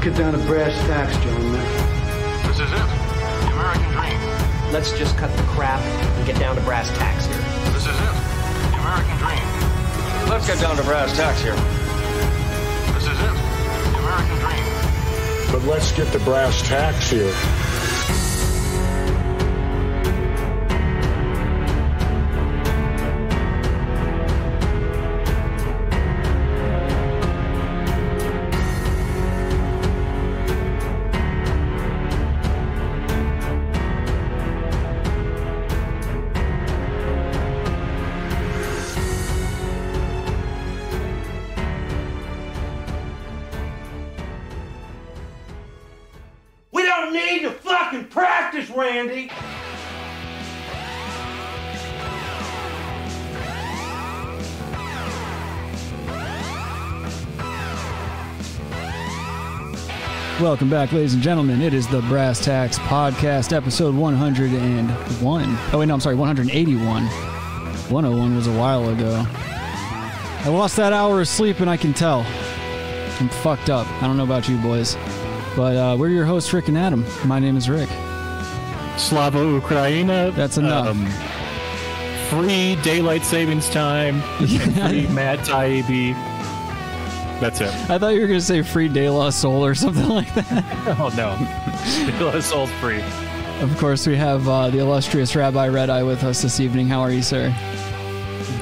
brass tacks, gentlemen. This is it. The American dream. Let's just cut the crap and get down to brass tacks here. This is it. The American dream. Let's get down to brass tacks here. This is it. The American dream. But let's get the brass tacks here. We don't need to fucking practice, Randy. Welcome back, ladies and gentlemen. It is the Brass Tacks Podcast, episode 101. Oh, wait, no, I'm sorry, 181. 101 was a while ago. I lost that hour of sleep, and I can tell. I'm fucked up. I don't know about you boys. But uh, we're your hosts, Rick and Adam. My name is Rick. Slava Ukraina. Um, That's enough. free daylight savings time. Free Matt Taibbi. That's it. I thought you were going to say free De La Soul or something like that. Oh no, Daylight Soul's free. Of course, we have uh, the illustrious Rabbi Red Eye with us this evening. How are you, sir?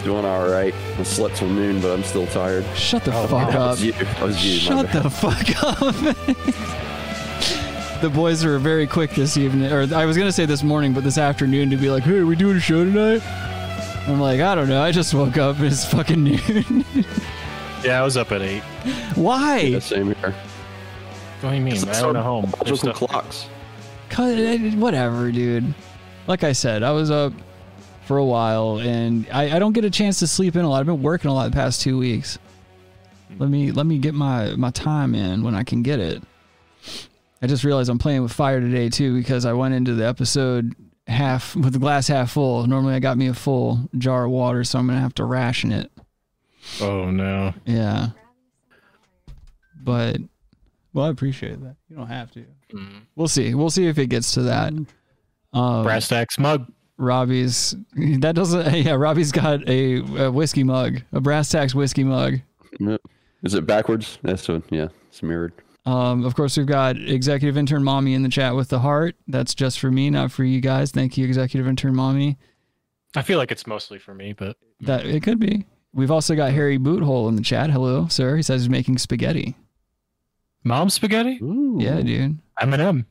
Doing all right. I slept till noon, but I'm still tired. Shut the fuck I up. was you. I was you. my Shut bad. the fuck up. the boys were very quick this evening, or I was gonna say this morning, but this afternoon to be like, "Hey, are we doing a show tonight?" I'm like, I don't know. I just woke up. and It's fucking noon. Yeah, I was up at eight. Yeah, Why? same here. What do you mean? I So, went home. There's stuff- Biological clocks. Cut it- Whatever, dude. Like I said, I was up for a while, and I, I don't get a chance to sleep in a lot. I've been working a lot the past two weeks. Let me let me get my my time in when I can get it. I just realized I'm playing with fire today too because I went into the episode half with the glass half full. Normally I got me a full jar of water, so I'm gonna have to ration it. Oh no. Yeah. But well, I appreciate that. You don't have to. We'll see. We'll see if it gets to that. Um, Brass tacks mug. Robbie's that doesn't. Yeah, Robbie's got a, a whiskey mug, a brass tacks whiskey mug. No. Is it backwards? That's what, yeah, it's mirrored. Um, of course, we've got executive intern mommy in the chat with the heart. That's just for me, not for you guys. Thank you, executive intern mommy. I feel like it's mostly for me, but That it could be. We've also got Harry Boothole in the chat. Hello, sir. He says he's making spaghetti. mom spaghetti. Ooh. Yeah, dude. I'm an M.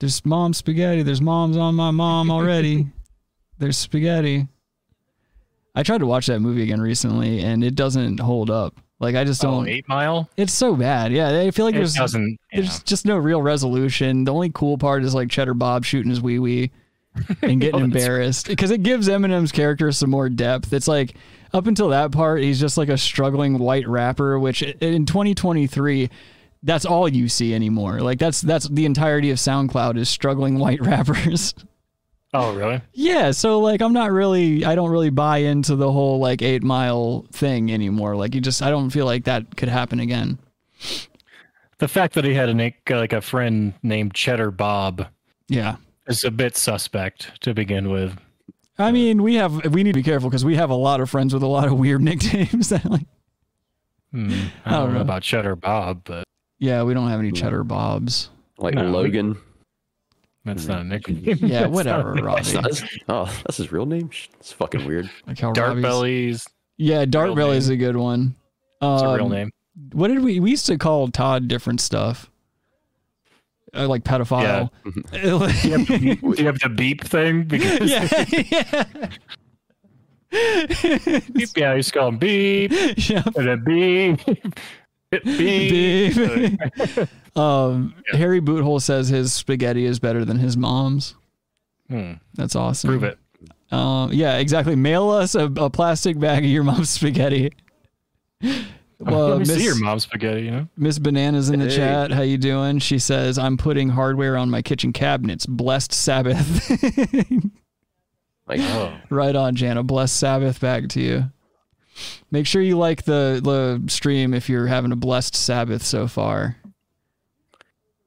There's mom spaghetti. There's moms on my mom already. There's spaghetti. I tried to watch that movie again recently, and it doesn't hold up. Like I just Oh, don't. eight mile. it's so bad. Yeah, I feel like It there's doesn't. yeah. There's just no real resolution. The only cool part is like Cheddar Bob shooting his wee wee and Oh, getting embarrassed because it gives Eminem's character some more depth. It's like up until that part, he's just like a struggling white rapper, which i- in 2023, that's all you see anymore. Like that's that's the entirety of SoundCloud is struggling white rappers. Oh really? yeah, so like I'm not really I don't really buy into the whole like 8 mile thing anymore. Like you just I don't feel like that could happen again. The fact that he had an like a friend named Cheddar Bob Yeah. is a bit suspect to begin with. I mean, we have we need to be careful because we have a lot of friends with a lot of weird nicknames. That like, Hmm, I, don't know about Cheddar Bob, but yeah, we don't have any Cheddar Bobs. Like No, we- Logan. that's not a nickname. Yeah, That's whatever, not a Robbie. nickname. That's, oh, that's his real name? Sh- It's fucking weird. Like how Dart Robbie's- Bellies. Yeah, Dart real Belly is a good one. Um, It's a real name. What did we we used to call Todd different stuff? Uh, like pedophile. Mm-hmm. Yeah. Do you have the beep thing? Because yeah. yeah. beep, yeah, you just call him beep and then beep. beep, beep. Babe. um, Harry Boothole says his spaghetti is better than his mom's. Hmm, That's awesome. prove it. Um, yeah, exactly. Mail us a, a plastic bag of your mom's spaghetti. Well, Let me Miss- see your mom's spaghetti. You know, Miss Bananas in the Hey. chat. How you doing? She says, "I'm putting hardware on my kitchen cabinets. Blessed Sabbath." Like, Oh. right on, Jana. Blessed Sabbath back to you. Make sure you like the the stream if you're having a blessed Sabbath so far.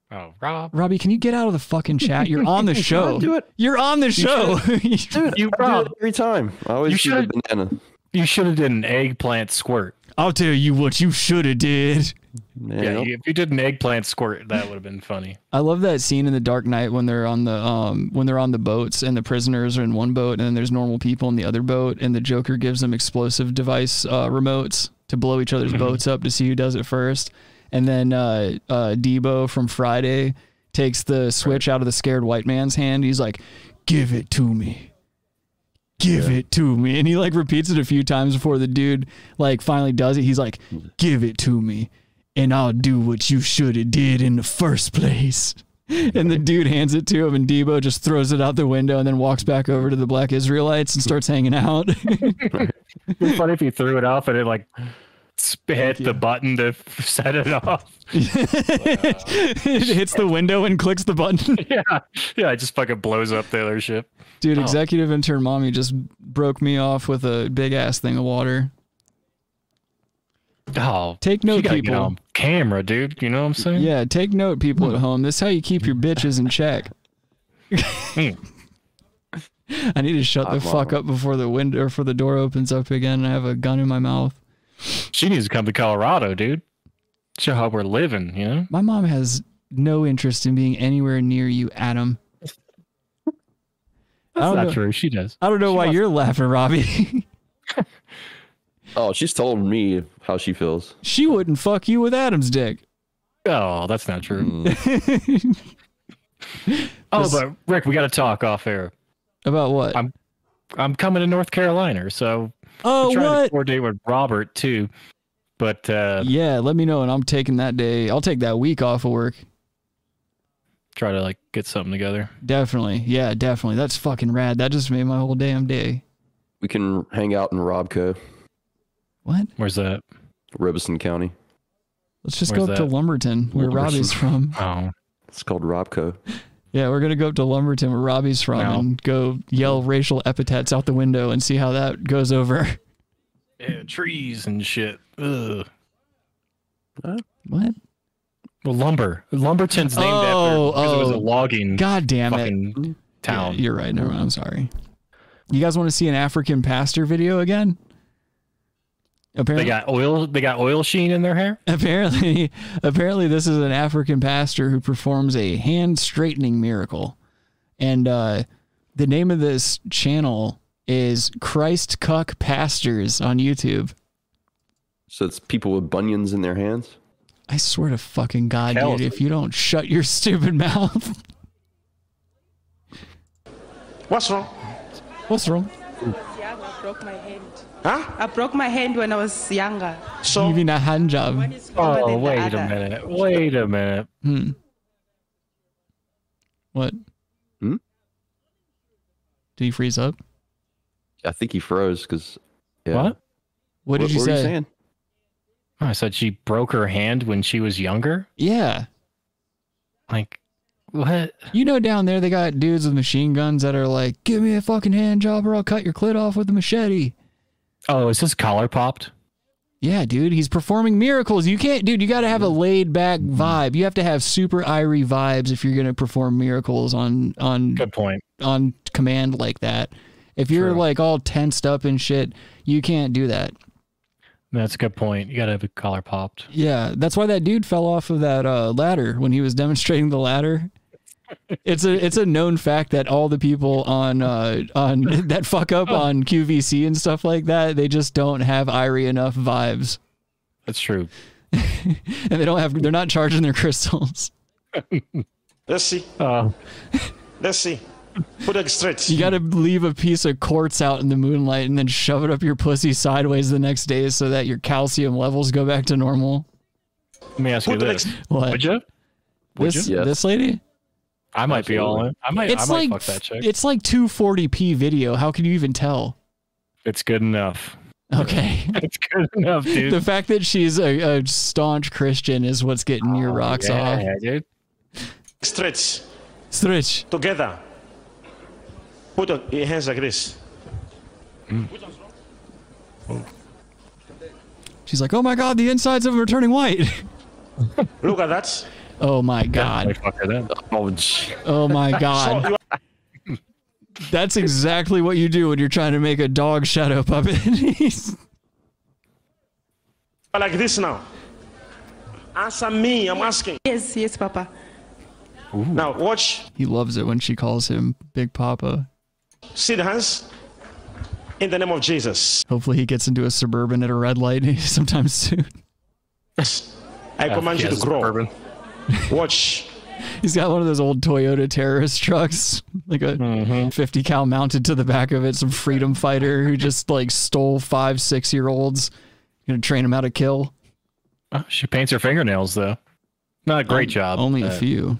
Oh, Rob. Robbie, can you get out of the fucking chat? You're on the show. do it. You're on the show. You I do Rob. it every time. I always You shoot a should- banana. You should have did an eggplant squirt. I'll tell you what you should have did. Man, Yeah, I'll- you- if you did an eggplant squirt, that would have been funny. I love that scene in The Dark Knight when they're on the um when they're on the boats and the prisoners are in one boat and then there's normal people in the other boat and the Joker gives them explosive device uh, remotes to blow each other's boats up to see who does it first. And then uh, uh, Debo from Friday takes the switch out of the scared white man's hand. He's like, "Give it to me." Give it to me. And he like repeats it a few times before the dude like finally does it. He's like, "Give it to me." and I'll do what you should have did in the first place. And the dude hands it to him, and Debo just throws it out the window and then walks back over to the black Israelites and starts hanging out. It'd be funny if he threw it off and it like sp- hit the button to f- set it off. it hits the window and clicks the button. yeah, yeah, it just fucking blows up the other ship. Dude, executive intern mommy just broke me off with a big ass thing of water. Oh, Take note, you gotta get people. on camera, dude. You know what I'm saying? Yeah, take note, people at home. This is how you keep your bitches in check. Hmm. I need to shut the fuck up before the window or before the door opens up again and I have a gun in my mouth. She needs to come to Colorado, dude. Show how we're living, you know? My mom has no interest in being anywhere near you, Adam. I That's don't not know, true. She does. I don't know why you're laughing, Robbie. oh, she's told me how she feels. she wouldn't fuck you with Adam's dick. Oh, that's not true. Mm. oh, This- but Rick, we got to talk off air. About what? I'm- I'm coming to North Carolina, so oh, I'm trying to what? coordinate with Robert too. But uh, Yeah, let me know, and I'm taking that day. I'll take that week off of work. try to like get something together. Definitely. Yeah, definitely. That's fucking rad. That just made my whole damn day. We can hang out in Robco, What? Where's that? Robison County. Let's just Where's go up to that? Lumberton, where Robbie's from. Oh, It's called Robco. Yeah, we're gonna go up to Lumberton, where Robbie's from, No. and go yell racial epithets out the window and see how that goes over. yeah, trees and shit. Ugh. What? Well, lumber. Lumberton's named Oh, after because it was a oh. logging God damn it. fucking town. Yeah, you're right. Never mind. I'm sorry. You guys want to see an African pastor video again? They Apparently, got oil. They got oil sheen in their hair. apparently, apparently, this is an African pastor who performs a hand straightening miracle, and uh, the name of this channel is Christ Cuck Pastors on YouTube. So it's people with bunions in their hands. I swear to fucking God, Hell. dude, if you don't shut your stupid mouth, What's wrong? what's wrong? young, I broke my hand. Huh? I broke my hand when I was younger. So Even a hand job. One is stronger Oh, than the wait other. a minute. Wait a minute. Hmm. What? Hmm? Did he freeze up? I think he froze because. Yeah. What? What did you were say? saying? Oh, I said she broke her hand when she was younger. yeah. Like, what? You know, down there they got dudes with machine guns that are like, "Give me a fucking hand job, or I'll cut your clit off with a machete." Oh, is his collar popped? Yeah, dude, he's performing miracles. You can't, dude. You got to have a laid back vibe. You have to have super irie vibes if you're gonna perform miracles on on Good point. on command like that. If you're True. like all tensed up and shit, you can't do that. That's a good point. You gotta have a collar popped. Yeah, that's why that dude fell off of that uh, ladder when he was demonstrating the ladder. It's a it's a known fact that all the people on uh, on that fuck Oh. up on QVC and stuff like that, they just don't have Irie enough vibes, That's true. and they don't have they're not charging their crystals. let's see. Oh, Let's see. Put it straight. You got to leave a piece of quartz out in the moonlight and then shove it up your pussy sideways the next day so that your calcium levels go back to normal. let me ask you Put the this: next- What Would you? would this you? Yes. this lady? I might be all in. I might. It's I might like fuck that chick. it's like 240p video. How can you even tell? It's good enough. Okay. It's good enough, dude. the fact that she's a, a staunch Christian is what's getting your rocks off. Oh, Yeah, dude. Straight. Stretch. Together. Put your- your hands like this. She's like, oh my God, the insides of them are turning white. Look at that. Oh my god. Motherfucker, then. Oh, gee. Oh my So god. you That's exactly what you do when you're trying to make a dog shadow puppet. He's- are like this now. Answer me, I'm asking. Yes, yes, Papa. Now watch, he loves it when she calls him Big Papa. see the hands? In the name of Jesus. Hopefully he gets into a suburban at a red light sometime soon. I command you to Yes, grow. bourbon. Watch. He's got one of those old Toyota terrorist trucks, like a Mm-hmm. 50 cal mounted to the back of it. Some freedom fighter who just like stole five, six year olds, gonna train them how to kill. Oh, she paints her fingernails though. Not a great job. Uh, Only a but- few.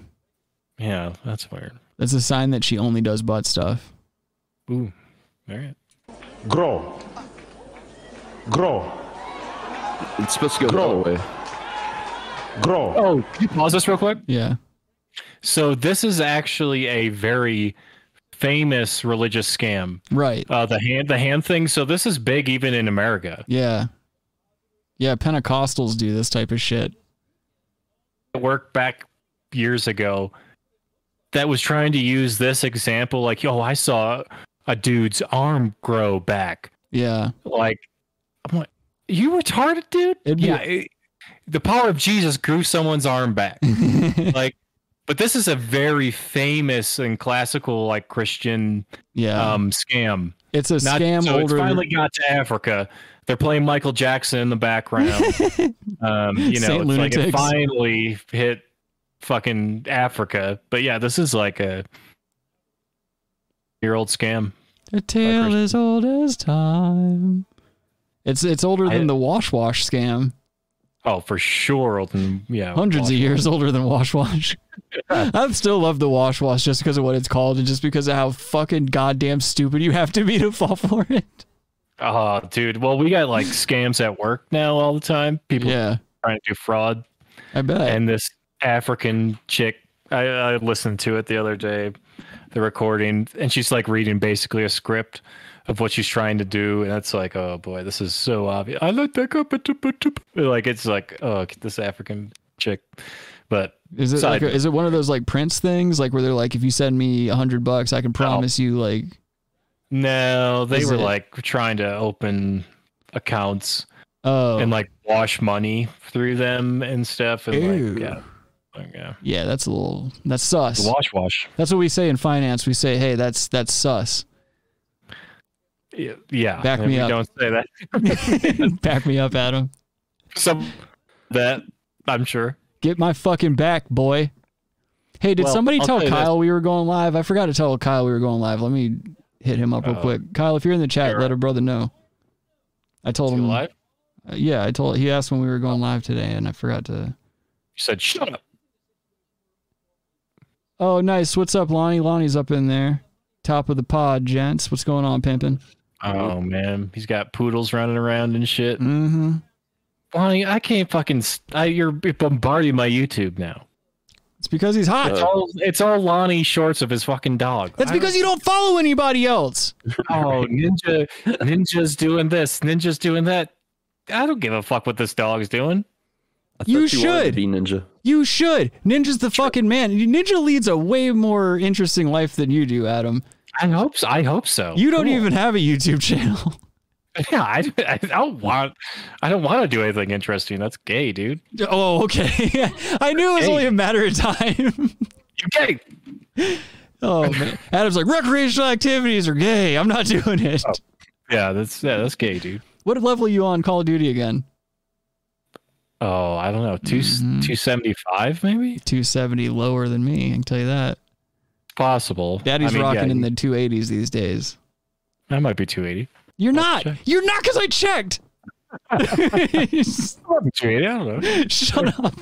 Yeah, that's weird. That's a sign that she only does butt stuff. Ooh, all right. Grow. Grow. It's supposed to go the Grow. other way. Grow. Oh, can you pause this real quick? Yeah. So this is actually a very famous religious scam. Right. Uh, the hand, the hand thing. So this is big even in America. Yeah. Yeah. Pentecostals do this type of shit. It worked back years ago. That was trying to use this example, like, yo, I saw a dude's arm grow back. Yeah. Like, I'm like, you retarded, dude. It'd be- yeah, it- the power of Jesus grew someone's arm back. like, but this is a very famous and classical, like Christian Yeah. um, scam. it's a Not, scam so it's older. finally got to Africa. They're playing Michael Jackson in the background. um, you know, Saint it's like it lunatics. finally hit fucking Africa. But yeah, this is like a year old scam. A Oh, tale as old as time. It's it's older than I- the wash wash scam. Oh, for sure. old and- Yeah, hundreds awesome. of years older than Wash Wash. I still love the Wash Wash just because of what it's called and just because of how fucking goddamn stupid you have to be to fall for it. Oh, dude. Well, we got like scams at work now all the time. People Yeah, trying to do fraud, I bet. and this African chick. I, I listened to it the other day, the recording, and she's like reading basically a script of what she's trying to do, and it's like, oh boy, this is so obvious. I like that cup, but- but- but- like it's like, oh, this African chick, but is it like side a, note. is it one of those like Prince things, like where they're like, if you send me a hundred bucks, I can promise you like, no, they Is were it- like trying to open accounts oh, and like wash money through them and stuff, and Ew. like, yeah, like, yeah, yeah, that's a little that's sus. wash, wash, That's what we say in finance. We say, hey, that's that's sus. yeah, yeah. Back and me we up. Don't say that. Back me up, Adam. some that I'm sure. Get my fucking back, boy. Hey, did Well, somebody I'll tell tell you this. Kyle we were going live? I forgot to tell Kyle we were going live. Let me hit him up real quick. Kyle, if you're in the chat, let a brother know. I told him. alive? uh, yeah, I told. He asked when we were going live today, and I forgot to. You said shut up. Oh, nice. What's up, Lonnie? Lonnie's up in there, top of the pod, gents. What's going on, pimpin'? Oh man, he's got poodles running around and shit. Mm-hmm. Lonnie, I can't fucking. s- I, you're bombarding my YouTube now. It's because he's hot. It's all it's all Lonnie shorts of his fucking dog. That's because you don't follow anybody else. Oh, ninja, ninja's doing this, ninja's doing that. I don't give a fuck what this dog's doing. I You thought wanted to should. be ninja. You should. Ninja's the fucking man. Ninja leads a way more interesting life than you do, Adam. I hope so. I hope so. You don't Oh, Cool. even have a YouTube channel. Yeah, I, I don't want. I don't want to do anything interesting. That's gay, dude. Oh, okay. I knew it was Hey. only a matter of time. You gay? Oh man, Adam's like recreational activities are gay. I'm not doing it. Oh. Yeah, that's yeah, that's gay, dude. What level are you on Call of Duty again? Oh, I don't know, two Mm-hmm. two seventy five maybe. 270 lower than me. I can tell you that. Possible. Daddy's I mean, rocking yeah, in the 280s these days. I might be two eighty. You're not. check. You're not because I checked. Two eighty. I don't know. Shut up.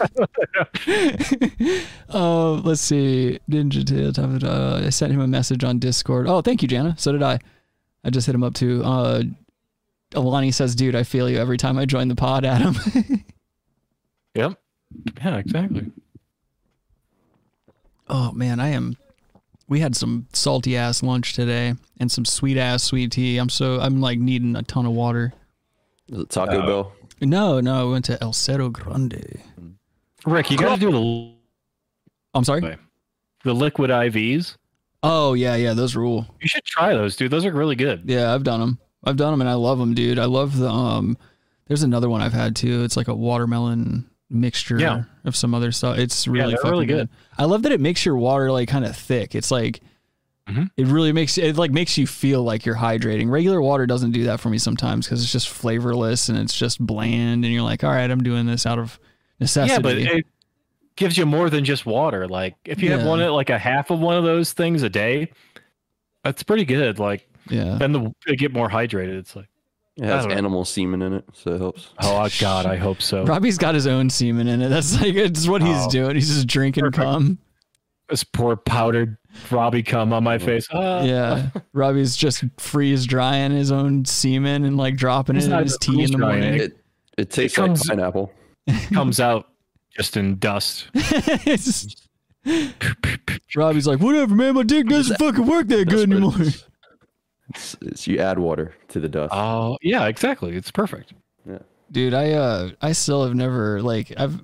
uh, let's see. Ninja Tail. top of the- Uh, I sent him a message on Discord. Oh, thank you, Jana. So did I. I just hit him up too. Uh, Alani says, "Dude, I feel you every time I join the pod, Adam." Yep. Yeah, exactly. oh man, I am. We had some salty ass lunch today and some sweet ass sweet tea. I'm so I'm like needing a ton of water. Is it Taco Bell? No, no, I went to El Cerro Grande. Rick, you gotta do the I'm sorry. Right. The liquid IVs. Oh yeah, yeah, those rule. You should try those, dude. Those are really good. Yeah, I've done them. I've done them and I love them, dude. I love the um. There's another one I've had too. It's like a watermelon mixture Yeah. of some other stuff. It's really they're fucking really good. good. I love that it makes your water like kind of thick. It's like Mm-hmm. it really makes it like makes you feel like you're hydrating. Regular water doesn't do that for me sometimes because it's just flavorless and it's just bland. And you're like, all right, I'm doing this out of necessity. Yeah, but it gives you more than just water. Like if you Yeah. have one like a half of one of those things a day, that's pretty good. Like yeah. then the they get more hydrated. It's like It has I don't know. animal semen in it, so it helps. oh god, I hope so. Robbie's got his own semen in it. That's like it's what he's Oh. doing. He's just drinking cum. This poor powdered Robbie cum on my face. Ah. Yeah, Robbie's just freeze drying his own semen and like dropping He's it in not his even tea in the freeze-drying morning. It it tastes comes- like pineapple. comes out just in dust. It's just- Robbie's like, whatever, man. My dick doesn't fucking work that That's good what it anymore. is. It's, it's- you add water to the dust. Uh, Oh yeah, exactly. It's perfect. Dude, I uh, I still have never like I've.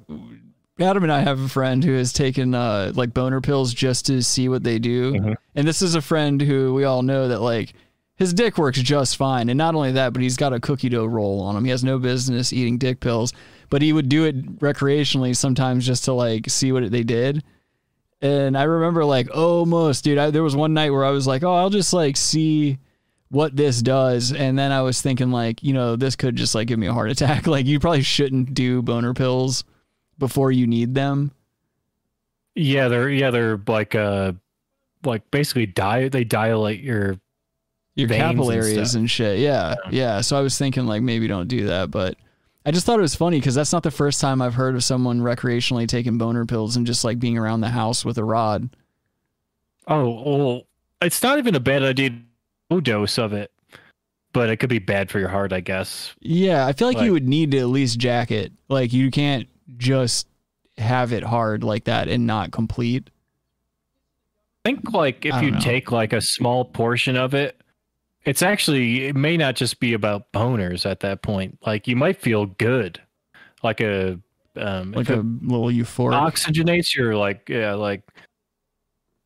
Adam and I have a friend who has taken uh, like boner pills just to see what they do, and this is a friend who we all know that like his dick works just fine, and not only that, but he's got a cookie dough roll on him. He has no business eating dick pills, but he would do it recreationally sometimes just to like see what they did. And I remember like almost, dude, I, there was one night where I was like, oh, I'll just like see what this does. And then I was thinking, like, you know, this could just like give me a heart attack. Like, you probably shouldn't do boner pills before you need them. Yeah, they're yeah they're like uh like basically di they dilate your Your Veins and capillaries and, stuff. shit. Yeah, yeah. So I was thinking, like, maybe don't do that. But I just thought it was funny because that's not the first time I've heard of someone recreationally taking boner pills and just like being around the house with a rod. oh well it's not even a bad idea to low dose of it, but it could be bad for your heart I guess. Yeah, I feel like, you Like- would need to at least jack it. Like you can't just have it hard like that and not complete. think like I if don't you know. take like a small portion of it, it's actually it may not just be about boners at that point. Like you might feel good, like a um, Like if a it little euphoric. oxygenates your like yeah like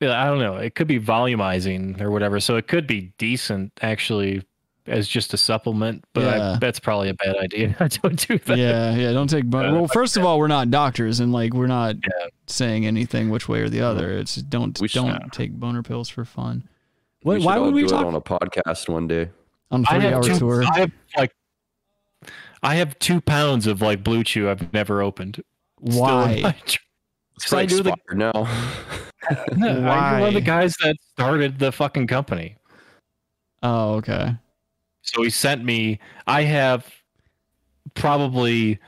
yeah, I don't know. It could be volumizing or whatever, so it could be decent actually as just a supplement. But Yeah. I, that's probably a bad idea. I don't do that. yeah, yeah. Don't take. Bon- Yeah, well, like first of all, we're not doctors, and like we're not saying anything which way or the other. It's don't We should- don't take boner pills for fun. We What, should why all would we do it talk on a podcast one day? on I three hour have two. tour? I have like I have two pounds of like blue chew I've never opened. Still in Why? my tr- It's So I like do the- expired now. No, I'm one of Why? the guys that started the fucking company. Oh, okay. So he sent me. I have probably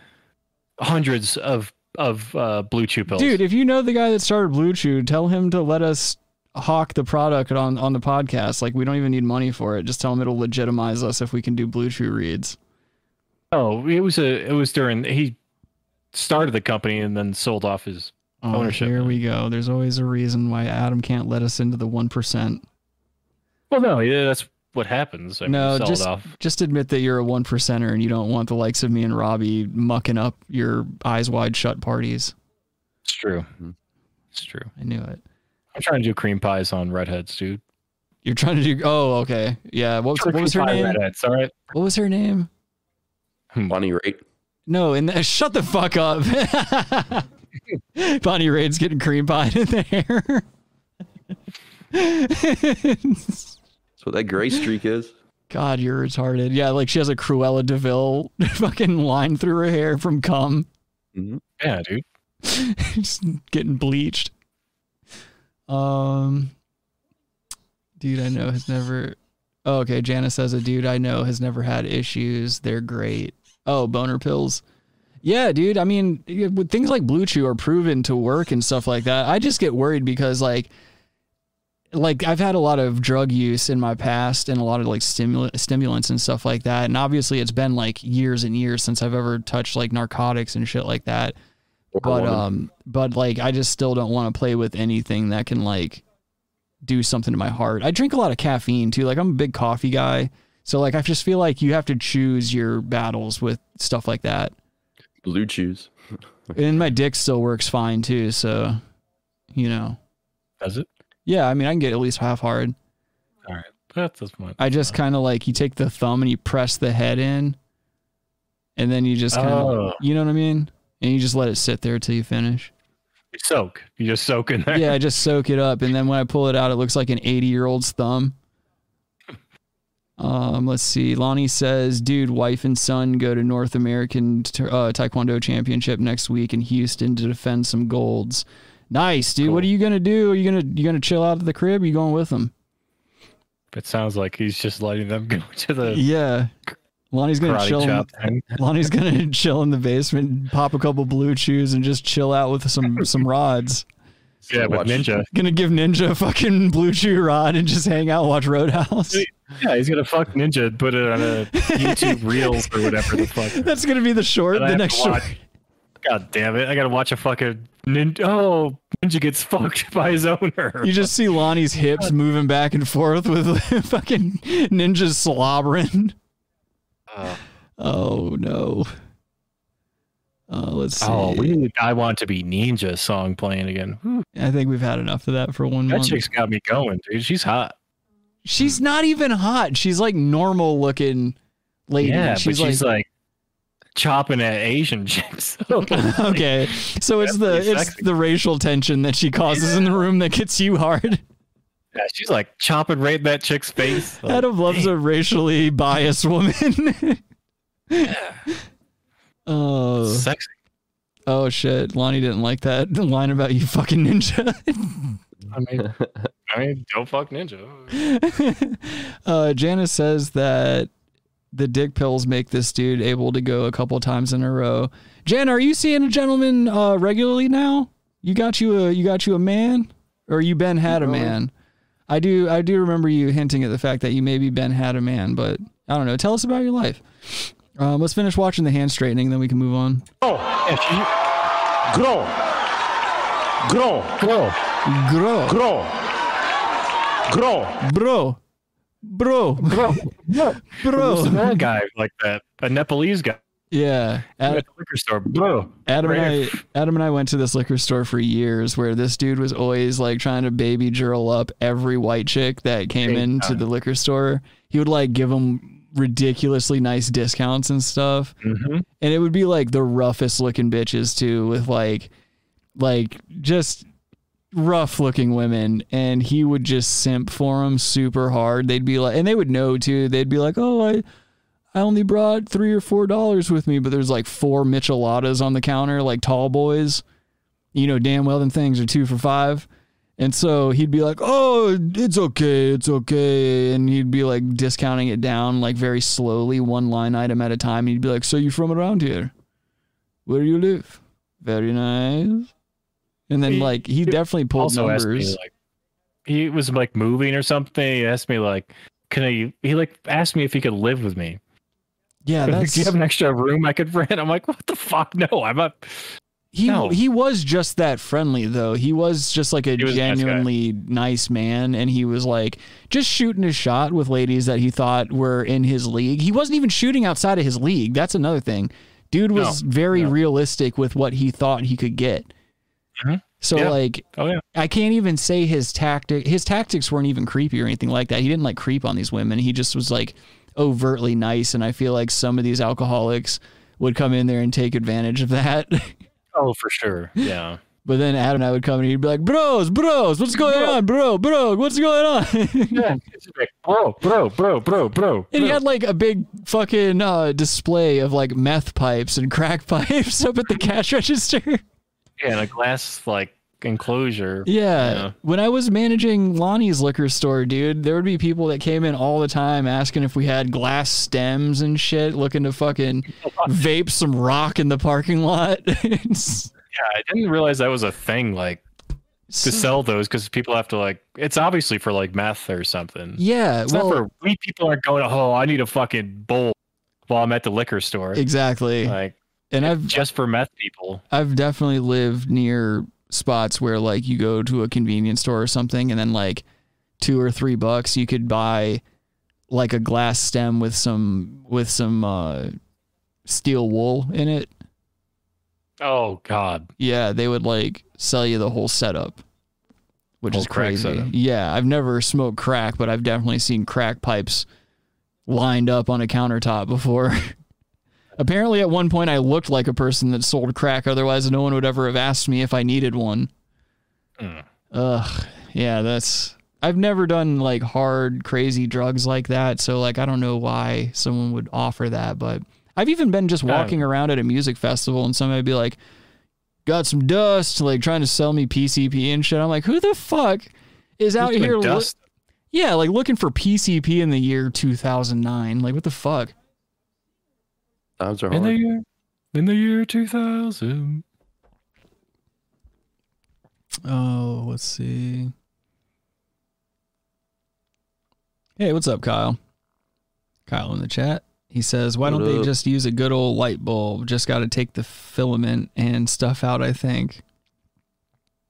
hundreds of of uh, blue chew pills. Dude, if you know the guy that started Blue Chew, tell him to let us hawk the product on on the podcast. Like we don't even need money for it. Just tell him it'll legitimize us if we can do Blue Chew reads. oh, it was a it was during he started the company and then sold off his. Oh, Ownership. Here we go. There's always a reason why Adam can't let us into the one percent. Well, no, yeah, that's what happens. I mean, No, sold just off. just admit that you're a one percenter and you don't want the likes of me and Robbie mucking up your eyes wide shut parties. It's true. It's true. I knew it. I'm trying to do cream pies on redheads, dude. You're trying to do. Oh, okay. Yeah. What, was- what was her Cream pie name? Redheads, all right. What was her name? Bonnie rate. No, and the, shut the fuck up. Bonnie Raid's getting cream pie in there. That's what that gray streak is. God, you're retarded. Yeah, like she has a Cruella Deville fucking line through her hair from cum, Yeah, dude. just getting bleached. Um, dude, I know has never. Oh, okay, Janice says a dude I know has never had issues. They're great. Oh, boner pills. Yeah, dude. I mean, yeah, with things like Blue Chew are proven to work and stuff like that. I just get worried because like like I've had a lot of drug use in my past and a lot of like stimula- stimulants and stuff like that. And obviously it's been like years and years since I've ever touched like narcotics and shit like that. But woman. um but like I just still don't want to play with anything that can like do something to my heart. I drink a lot of caffeine too. Like I'm a big coffee guy. So like I just feel like you have to choose your battles with stuff like that. Blue chews. And my dick still works fine too, so you know. Does it? Yeah, I mean, I can get at least half hard. All right. That's this point. I just kind of like you take the thumb and you press the head in, and then you just kind of, Oh. you know what I mean, and you just let it sit there till you finish. You soak. You just soak in there. Yeah, I just soak it up, and then when I pull it out, it looks like an eighty-year-old's thumb. Um, let's see. Lonnie says, "Dude, wife and son go to North American t- uh, Taekwondo Championship next week in Houston to defend some golds." Nice, dude. What are Cool. you gonna do? Are you gonna you gonna chill out at the crib? Or you going with them? It sounds like he's just letting them go to the Yeah. Lonnie's gonna karate chill. in- chop thing. Lonnie's gonna chill in the basement, pop a couple blue chews, and just chill out with some some rods. Yeah, with Watch. ninja. Gonna give Ninja a fucking blue chew rod and just hang out, watch Roadhouse. Yeah, he's gonna fuck ninja and put it on a YouTube Reels or whatever the fuck. That's gonna be the short. that I The have to next short. watch. God damn it! I gotta watch a fucking ninja. Oh, ninja gets fucked by his owner. You just see Lonnie's hips moving back and forth with fucking Ninja slobbering. Uh. Oh no. Uh, let's see. Oh, we need I Want to Be Ninja song playing again. Hmm, Whew, I think we've had enough of that for one that month. chick's got me going, dude. She's hot. She's not even hot. She's like normal looking lady. yeah, she's, but like, she's like, chopping at Asian chicks. Like, okay. So it's That's the pretty it's sexy. the racial tension that she causes in the room that gets you hard. yeah, she's like chopping right in that chick's face. Like, Adam loves a racially biased woman. oh, sexy. oh shit! Lonnie didn't like that line about you fucking ninja. I mean, I mean, don't fuck ninja. uh, Janice says that the dick pills make this dude able to go a couple times in a row. Jan, are you seeing a gentleman uh, regularly now? You got you a you got you a man, or you Ben had a man? I do I do remember you hinting at the fact that you maybe Ben had a man, but I don't know. Tell us about your life. Um, let's finish watching the hand straightening, then we can move on. Grow. Grow. Bro, Grow, Grow. Grow. bro, bro, bro, bro. that guy like that, a Nepalese guy Yeah, Ad- at the liquor store. Bro, Adam and Right. I, Adam and I went to this liquor store for years, where this dude was always like trying to baby girl up every white chick that came Big into time. the liquor store. He would like give them ridiculously nice discounts and stuff, Mhm. and it would be like the roughest looking bitches too, with like, like just rough looking women and he would just simp for them super hard they'd be like and they would know too they'd be like oh i i only brought three or four dollars with me but there's like four micheladas on the counter like tall boys you know damn well them things are two for five and so he'd be like oh it's okay it's okay and he'd be like discounting it down like very slowly one line item at a time and he'd be like so you from around here where do you live very nice and then He- like he he definitely pulled also asked me, numbers. like he was like moving or something. He asked me like, can I? He like asked me if he could live with me. yeah, Do you that's have an extra room I could rent? I'm like, what the fuck? No, I'm not. he. no. He was just that friendly though. He was just like a He was a nice guy. genuinely nice man, and he was like just shooting his shot with ladies that he thought were in his league. He wasn't even shooting outside of his league. That's another thing. Dude was No, very no. realistic with what he thought he could get. Mhm. So Yeah. like Oh yeah, I can't even say his tactic. His tactics weren't even creepy or anything like that. He didn't like creep on these women. He just was like overtly nice. And I feel like some of these alcoholics would come in there and take advantage of that. oh for sure. Yeah, but then Adam and I would come and he'd be like, "Bros, bros, what's going on, bro, bro? What's going on?" and yeah. It's like, bro, bro, bro, bro, bro. he had like a big fucking uh, display of like meth pipes and crack pipes up at the cash register. Yeah, in a glass like enclosure. Yeah. Yeah. When I was managing Lonnie's liquor store, dude, there would be people that came in all the time asking if we had glass stems and shit, looking to fucking vape some rock in the parking lot. It's- Yeah, I didn't realize that was a thing. Like to sell those because people have to like. It's obviously for like meth or something. yeah. It's Well, not for we people aren't going. Oh, I need a fucking bowl while I'm at the liquor store. exactly. Like and I've just for meth people. I've definitely lived near spots where like you go to a convenience store or something and then like two or three bucks you could buy like a glass stem with some with some uh steel wool in it Oh God. Oh, Yeah, they would like sell you the whole setup. which Whole is crack crazy. setup. Yeah, I've never smoked crack, but I've definitely seen crack pipes lined up on a countertop before. Apparently, at one point, I looked like a person that sold crack. Otherwise, no one would ever have asked me if I needed one. Mm. Ugh. Yeah, that's. I've never done like hard, crazy drugs like that. So, like, I don't know why someone would offer that. But I've even been just walking around at a music festival and somebody would be like, got some dust, like trying to sell me PCP and shit. I'm like, who the fuck is out here? loo- dust. yeah, like looking for PCP in the year 2009. Like, what the fuck? Times are in the hard. year, in the year two thousand. Oh, let's see. Hey, what's up, Kyle? Kyle in the chat. He says, "Why don't What they up? just use a good old light bulb? Just got to take the filament and stuff out, I think."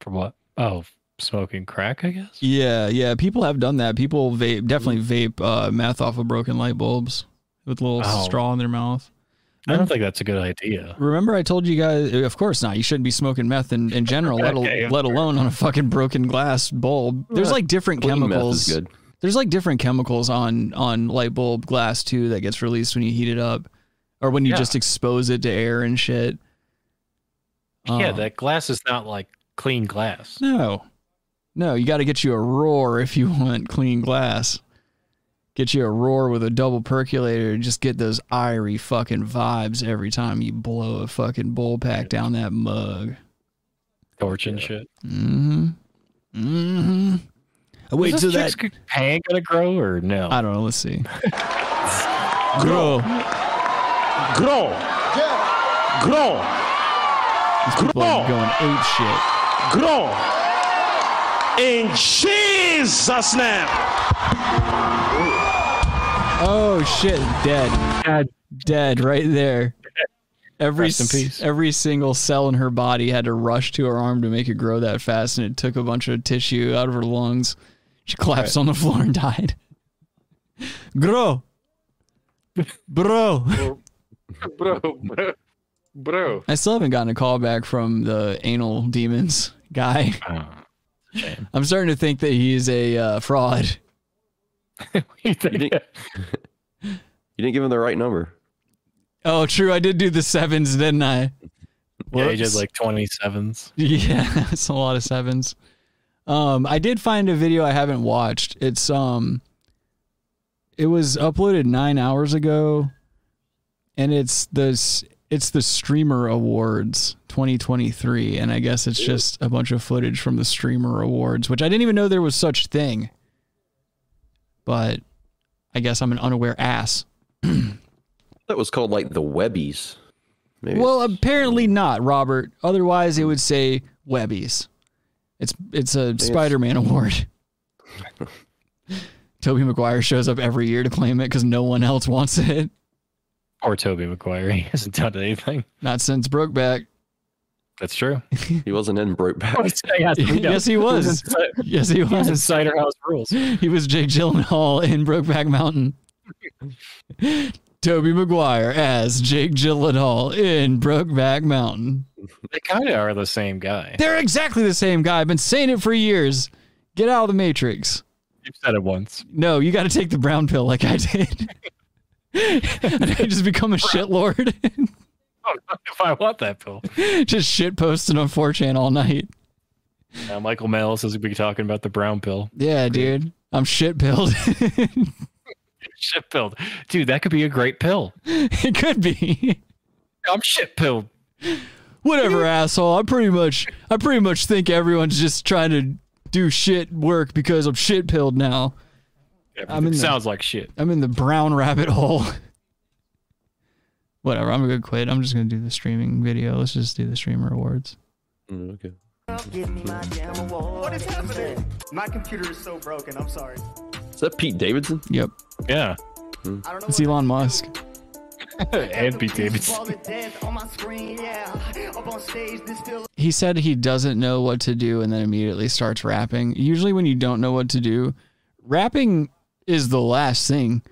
For what? Oh, smoking crack, I guess. Yeah, yeah, people have done that. People vape definitely vape uh meth off of broken light bulbs with a little Oh. straw in their mouth. I don't think that's a good idea. Remember I told you guys of course not. You shouldn't be smoking meth in, in general, let, al- Okay, of let alone on a fucking broken glass bulb. There's like different Clean meth chemicals. is good. there's like different chemicals on on light bulb glass too that gets released when you heat it up or when you Yeah. just expose it to air and shit yeah, Uh, that glass is not like clean glass. no no you got to get you a roar if you want clean glass get you a roar with a double percolator and just get those iry fucking vibes every time you blow a fucking bowl pack down that mug Torch and shit. mm-hmm mm-hmm i wait is till this that chick's pan gonna grow or no? i don't know let's see grow Grow. Grow. people are Grow. going ape shit Grow. In Jesus' name. Oh shit, dead. God. Dead right there. Every Rest in s- peace. every single cell in her body had to rush to her arm to make it grow that fast and it took a bunch of tissue out of her lungs. She collapsed on the floor and died. Grow. Bro. Bro, bro, bro. I still haven't gotten a call back from the anal demons guy. Oh, shame. I'm starting to think that he's a uh, fraud. You You think- didn't, you didn't give him the right number. Oh, true. I did do the sevens, didn't I? yeah, he did Whoops. like twenty sevens. Yeah, that's a lot of sevens. Um, I did find a video I haven't watched. It's um, it was uploaded nine hours ago, and it's this it's the Streamer Awards 2023, and I guess it's just a bunch of footage from the Streamer Awards, which I didn't even know there was such thing. But I guess I'm an unaware ass. That was called like the Webbies. Maybe Well, it's- apparently not, Robert. Otherwise, it would say Webbies. It's it's a Spider-Man award. Toby Maguire shows up every year to claim it because no one else wants it. Or Toby McGuire. He hasn't done anything. Not since Brokeback. That's true. he wasn't in Brokeback. yes, we know. yes, he was. yes, he He was in was. Cider House Rules. He was Jake Gyllenhaal in Brokeback Mountain. Toby Maguire as Jake Gyllenhaal in Brokeback Mountain. They kind of are the same guy. They're exactly the same guy. I've been saying it for years. Get out of the Matrix. You've said it once. No, you got to take the brown pill like I did. and I just become a shitlord. I don't know if I want that pill. just shit posting on 4chan all night. Now, Uh, Michael Malice is going to be talking about the brown pill. Yeah, dude. I'm shit pilled. Shit pilled. Dude, that could be a great pill. it could be. I'm shit pilled. Whatever, asshole. I pretty much I pretty much think everyone's just trying to do shit work because I'm shit pilled now. I'm in Everything the- Sounds like shit. I'm in the brown rabbit hole. Whatever, I'm gonna quit. I'm just gonna do the streaming video. Let's just do the streamer awards. Mm, okay. What is happening? My computer is so broken. I'm sorry. Is that Pete Davidson? Yep. Yeah. I don't know. It's what Elon to Musk. do. and Pete Davidson. Ball of death on my screen, yeah. Up on stage, this still he said he doesn't know what to do and then immediately starts rapping. Usually when you don't know what to do, rapping is the last thing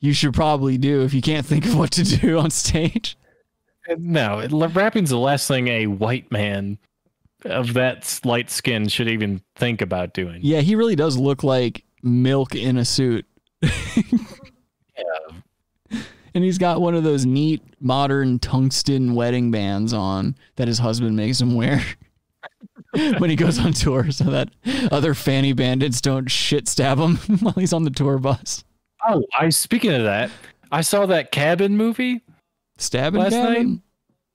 you should probably do if you can't think of what to do on stage. No, it- rapping's the last thing a white man of that light skin should even think about doing. Yeah, he really does look like milk in a suit. And he's got one of those neat modern tungsten wedding bands on that his husband makes him wear when he goes on tour so that other fanny bandits don't shit stab him while he's on the tour bus. Oh, I speaking of that, I saw that cabin movie Stabbing last cabin? night.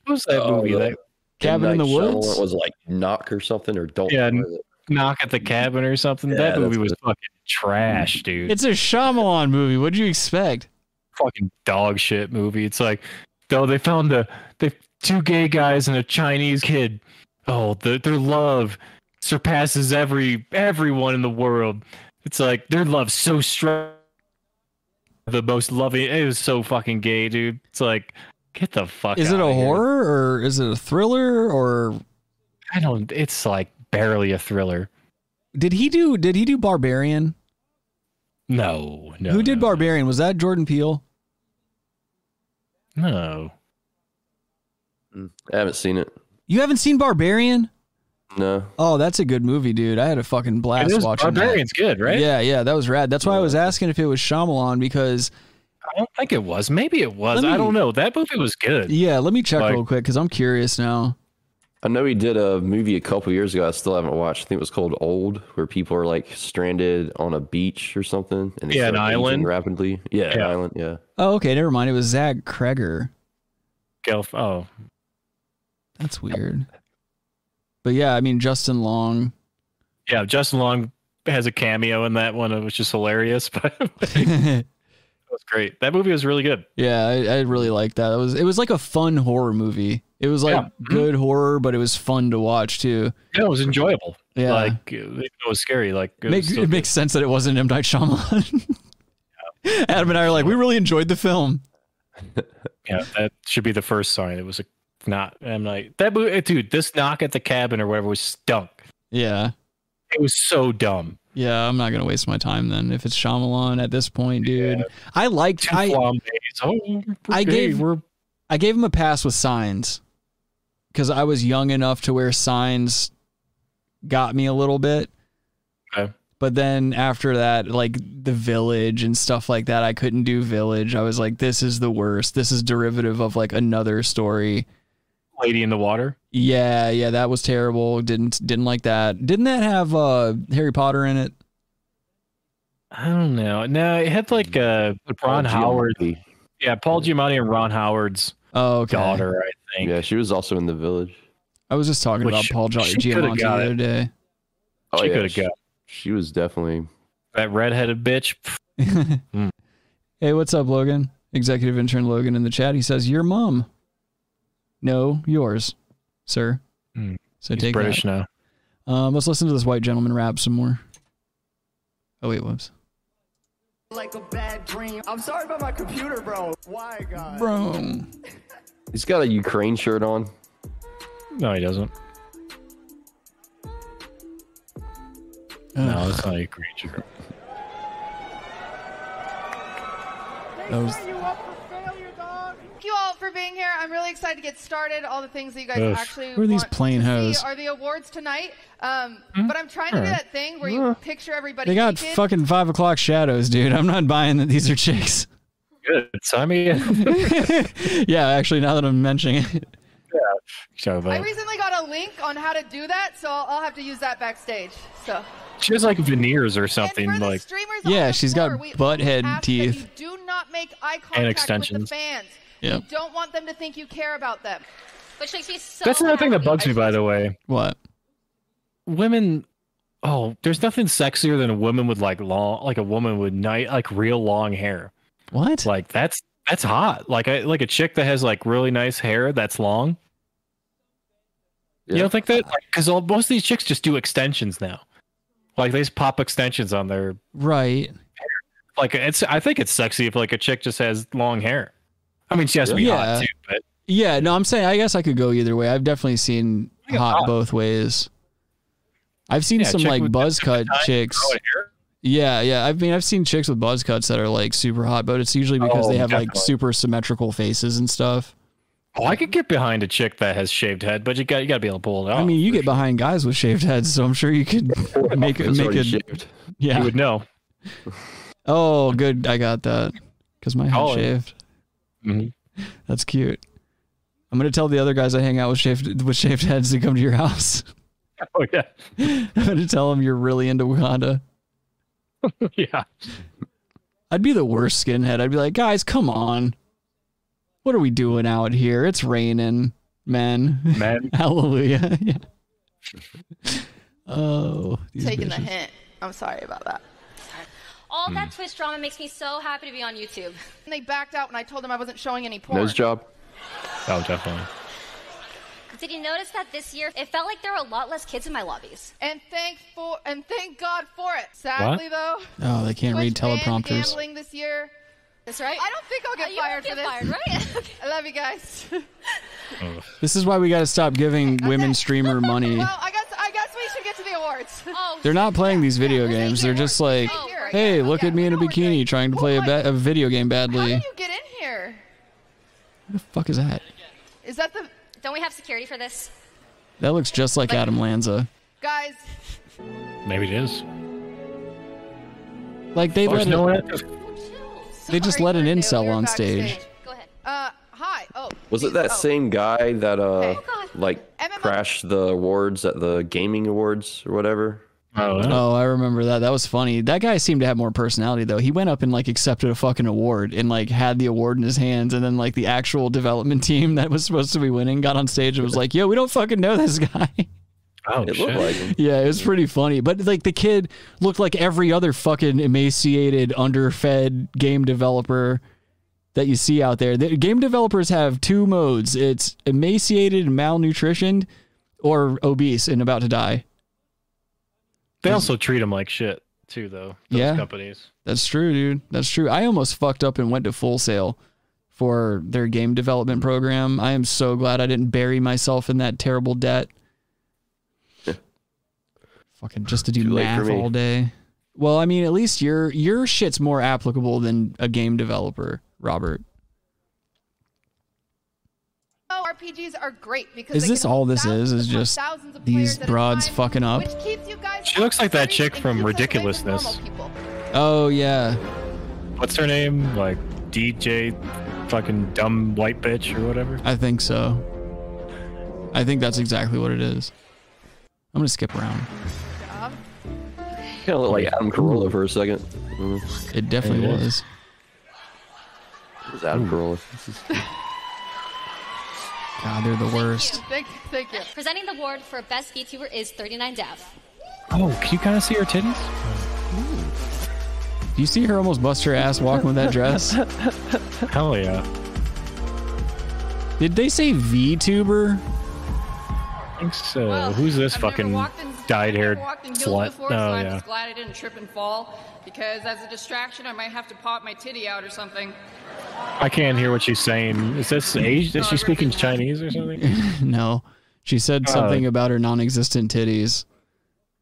What was Oh, that movie? Oh, That Cabin in the Night Shyamalan Woods? was like knock or something or don't. Yeah, Know It. knock at the cabin or something. Yeah, that that's movie was good. fucking trash, dude. It's a Shyamalan movie. What'd you expect? fucking dog shit movie. It's like, though they found the the two gay guys and a Chinese kid. Oh, the, their love surpasses every everyone in the world. It's like their love's so strong. The most loving. It was so fucking gay, dude. It's like, get the fuck. Is it outta a here. horror or is it a thriller or I don't. It's like barely a thriller. did he do did he do Barbarian? No, no. Who did no, Barbarian? Was that Jordan Peele? No. Mm, I haven't seen it. You haven't seen Barbarian? No. Oh, that's a good movie, dude. I had a fucking It blast was- watching that. Barbarian's good, right? Yeah, yeah, that was rad. That's why I was asking if it was Shyamalan because I don't think it was. Maybe it was. Let me- I don't know. That movie was good. yeah, let me check Like- real quick because I'm curious now. I know he did a movie a couple years ago. I still haven't watched. I think it was called Old, where people are like stranded on a beach or something, and they Yeah, an start aging island. rapidly. Yeah, an Yeah. island. Yeah, Oh, okay, never mind. It was Zach Kreger. Gelf. Oh, That's weird. But yeah, I mean Justin Long. yeah. Justin Long has a cameo in that one, which is hilarious. But it yeah, was great. That movie was really good. I, I really liked that. It was it was like a fun horror movie. It was like Yeah. Mm-hmm. good horror, but it was fun to watch too. Yeah, it was enjoyable. Yeah, Like it was scary. Like it, Make, was it still makes sense that it wasn't M Night Shyamalan. Adam and I are like, we really enjoyed the film. good. Yeah, that should be the first sign. It was a not. I'm like that movie, dude. This knock at the cabin or whatever was stunk. Yeah. It was so dumb. Yeah, I'm not gonna waste my time then if it's Shyamalan at this point, dude. I liked Two I flambés. Oh, we're- I hey, gave- we're I gave him a pass with Signs because I was young enough to where Signs got me a little bit. Okay. But then after that, like the Village and stuff like that, I couldn't do Village. I was like, this is the worst. This is derivative of like another story. Lady in the Water. Yeah, yeah, that was terrible. Didn't didn't like that. Didn't that have uh Harry Potter in it? I don't know. No, it had like uh, Ron Oh, Howard. Giamatti. Yeah, Paul Giamatti and Ron Howard's Oh, okay. daughter. I think. Yeah, she was also in the village. I was just talking Well, about she- Paul she Gi- coulda Giamatti the got it. other day. She Oh, yeah, coulda got- She was definitely. That redheaded bitch. Hey, what's up, Logan? Executive intern Logan in the chat. He says, Your mom. No, yours, sir. Hmm. So He's take British British. now. that. Um, let's listen to this white gentleman rap some more. Oh, wait, whoops. Like a bad dream. I'm sorry about my computer, bro. Why, God? Bro. He's got a Ukraine shirt on. No, he doesn't. No, it's not Ukraine. Sure. That was- Thank you all for being here. I'm really excited to get started. All the things that you guys Ugh. actually Who are these want plain to hoes? see are the awards tonight. Um, But I'm trying to do Alright. that thing where you picture everybody. They got naked. fucking five o'clock shadows, dude. I'm not buying that these are chicks. Good. Sign me in. yeah, actually, now that I'm mentioning it. Sorry about I it. recently got a link on how to do that, so I'll, I'll have to use that backstage. So She has like veneers or something. and for Like the streamers Yeah, on the she's got floor, we butt head ask that teeth. you do not make eye contact with extensions. the fans. Yeah. You don't want them to think you care about them, which makes me so. that's another thing that bugs me. By the way, What? women. Oh, there's nothing sexier than a woman with like long, like a woman with night, like real long hair. What? Like that's that's hot. Like I like a chick that has like really nice hair that's long. You Yeah. don't think that? Because most of these chicks just do extensions now. Like they just pop extensions on their right. like it's i think it's sexy if like a chick just has long hair i mean she has to be Yeah. hot too but Yeah, no, I'm saying I guess I could go either way. I've definitely seen think I'm hot, hot. both ways. I've seen Yeah, some chick like with- buzz cut Nine, chicks. growing hair? Yeah, yeah. I mean, I've seen chicks with buzz cuts that are like super hot, but it's usually because Oh, they have like definitely. super symmetrical faces and stuff. Oh, I could get behind a chick that has shaved head, but you got you got to be able to pull it off. I mean, you get behind guys with shaved heads, so I'm sure you could make it. It's Make already it. shaved. Yeah, You would know. Oh, good. I got that because my head Oh, Mm-hmm. yeah. shaved. That's cute. I'm gonna tell the other guys I hang out with shaved with shaved heads to come to your house. Oh yeah. I'm gonna tell them you're really into Wakanda. yeah. I'd be the worst skinhead. I'd be like, guys, come on. What are we doing out here? It's raining, men. Men. Hallelujah. yeah. Oh, these Taking the bitches. hint. I'm sorry about that. All Hmm. that Twitch drama makes me so happy to be on YouTube. And they backed out when I told them I wasn't showing any porn. Nose job. Oh, definitely. Did you notice that this year it felt like there were a lot less kids in my lobbies? And thank for and thank God for it. Sadly though, Oh, they can't read banned teleprompters. gambling this year. That's right. I don't think I'll get Oh, you won't fired get for this. fired, right? I love you guys. This is why we got to stop giving women streamer money. well, I guess I guess we should get to the awards. Oh, They're not playing these video games. They're just like, hey, look at me in a bikini trying to play a, ba- a video game badly. What you get in here? the fuck is that? Is that the Don't we have security for this? That looks just like Adam Lanza. guys? Maybe it is. Like they Oh, let there's no one it, at the- they just let an incel on stage. Go ahead. Uh, hi. Oh, Was it that same guy that uh Oh, like crashed the awards at the gaming awards or whatever? Oh, I remember that. That was funny. That guy seemed to have more personality though. He went up and like accepted a fucking award and like had the award in his hands and then like the actual development team that was supposed to be winning got on stage and was like, "Yo, we don't fucking know this guy." Oh, it looked like him. Yeah, it was pretty funny. But like the kid looked like every other fucking emaciated, underfed game developer that you see out there. The, game developers have two modes. It's emaciated and malnutritioned or obese and about to die. They also treat them like shit too, though. Those Yeah. companies. That's true, dude. That's true. I almost fucked up and went to full sale for their game development program. I am so glad I didn't bury myself in that terrible debt. Fucking just to do Too late for math me. all day. Well, I mean, at least your your shit's more applicable than a game developer, Robert. Oh, RPGs are great because Is they this can all this is? Is just these broads fucking up? which keeps you guys She looks like that chick from Ridiculousness. Oh yeah. What's her name? Like DJ, fucking dumb white bitch or whatever. I think so. I think that's exactly what it is. I'm gonna skip around. Kind of looked like Adam Carolla for a second. Mm. It definitely It is. was. It was Adam Carolla. God, they're the worst. Thank you, thank you. Presenting the award for best VTuber is 39 Dev. Oh, can you kind of see her titties? Do you see her almost bust her ass walking with that dress? Hell yeah. Did they say VTuber? I think so. uh, Who's this fucking dyed-haired slut? Before, so oh I'm yeah. just glad I didn't trip and fall because as a distraction, I might have to pop my titty out or something. I can't hear what she's saying. Is this Asian? Is she speaking Chinese or something? no. She said Uh, something about her non existent titties.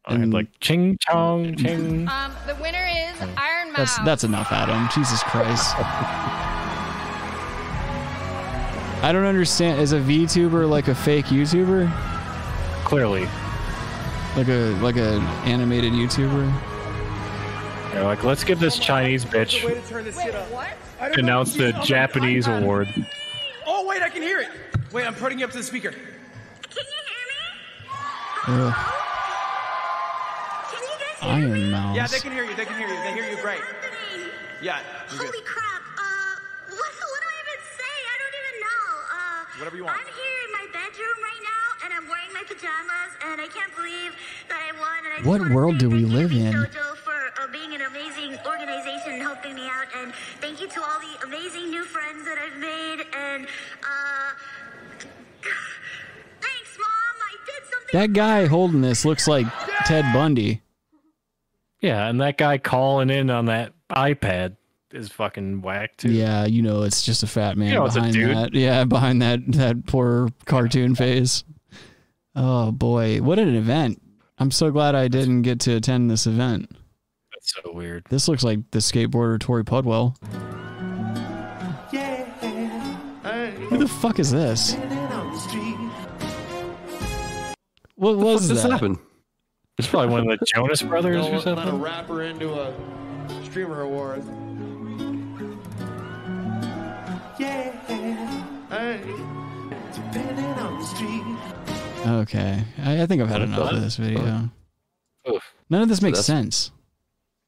And like ching chong ching. Um, the winner is Iron Mouth. That's that's enough, Adam. Jesus Christ. I don't understand. Is a VTuber like a fake YouTuber? Clearly. Like a like a animated YouTuber? They're like, let's give this Chinese bitch way to turn this shit up. I to don't know announce if you- the Japanese award. Oh wait, I can hear it. Wait, I'm putting it up to the speaker. Ugh. Iron Mouse. Yeah, they can hear you. They can hear you. They hear you great. Yeah. Holy crap! Uh, what, what do I even say? I don't even know. Uh, Whatever you want. I'm here in my bedroom right now, and I'm wearing my pajamas, and I can't believe that I won. And I What world do we live in? Jojo for uh, being an amazing organization and helping me out, and thank you to all the amazing new friends that I've made. And uh, thanks, mom. I did something. That guy holding this looks like Ted Bundy. Yeah, and that guy calling in on that iPad is fucking whack too. Yeah, you know it's just a fat man You know it's a behind dude. that. Yeah, behind that that poor cartoon face. Oh boy, what an event! I'm so glad I didn't get to attend this event. That's so weird. This looks like the skateboarder Tori Pudwell. Yeah. Who the fuck is this? What was What just that? happened? It's probably one of the Jonas Brothers Don't or let a something. rapper into a streamer award. Yeah. Hey. Depending on the street. Okay, I, I think I've had enough of this video. None of this makes That's- sense,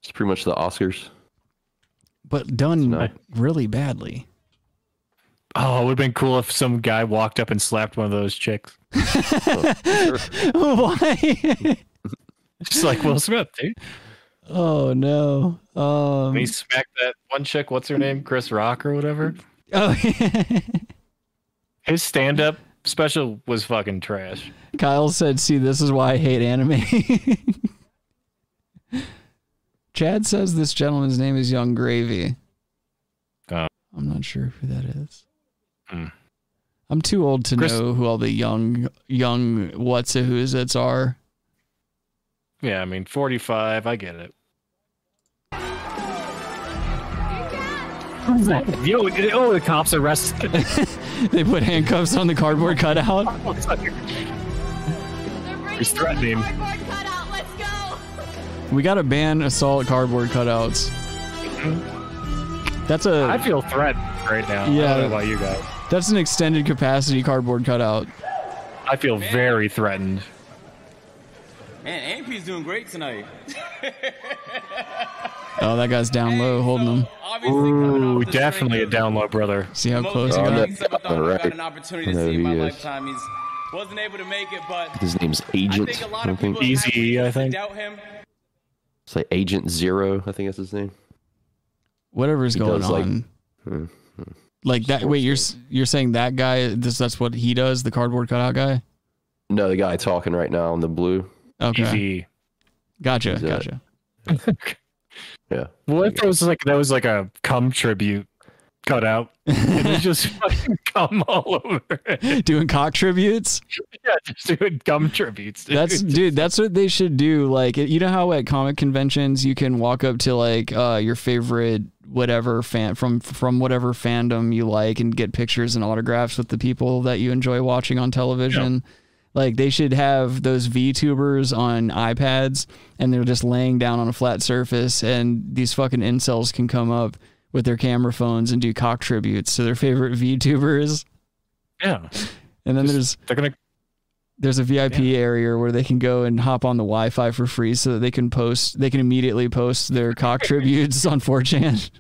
It's pretty much the Oscars. but done really badly. Oh, it would have been cool if some guy walked up and slapped one of those chicks. Why? Just like Will Smith, dude. oh no. Um, When he smacked that one chick, what's her name? Chris Rock or whatever. oh, His stand up special was fucking trash. Kyle said, "See, this is why I hate anime." Chad says this gentleman's name is Young Gravy. Uh. I'm not sure who that is. I'm too old to Hmm. Chris- know who all the young young what's a who's it's are. Yeah, I mean, 45, I get it. Yo, oh, the cops arrested. they put handcuffs on the cardboard cutout. He's threatening him. We gotta ban assault cardboard cutouts. That's a. Mm-hmm. I feel threatened right now. I Yeah. don't know about you guys. That's an extended capacity cardboard cutout. I feel very threatened. Man, AMP's doing great tonight. Oh, that guy's down low holding him. Ooh, definitely a download, brother. See how close he got? I got an opportunity to see in my lifetime. He's wasn't able to make it, but His name's Agent. I think a I lot don't of people think. have reason to doubt him. It's like Agent Zero. I think that's his name. Whatever's He going does, like- on. Hmm. Like that. Wait, you're s- you're saying that guy? This that's what he does. The cardboard cutout guy. No, the guy talking right now on the blue. Okay. Easy. Gotcha. He's, uh, Gotcha. Yeah. What if it was like that was like a cum tribute cutout? And it's just fucking cum all over it. Doing cock tributes. Yeah, just doing cum tributes. Dude. That's dude. That's what they should do. Like you know how at comic conventions you can walk up to like uh, your favorite whatever fan from from whatever fandom you like and get pictures and autographs with the people that you enjoy watching on television. Like they should have those VTubers on iPads and they're just laying down on a flat surface and these fucking incels can come up with their camera phones and do cock tributes to their favorite VTubers. yeah. And then Just- there's they're gonna there's a VIP area where they can go and hop on the Wi-Fi for free, so that they can post. They can immediately post their cock tributes on 4chan.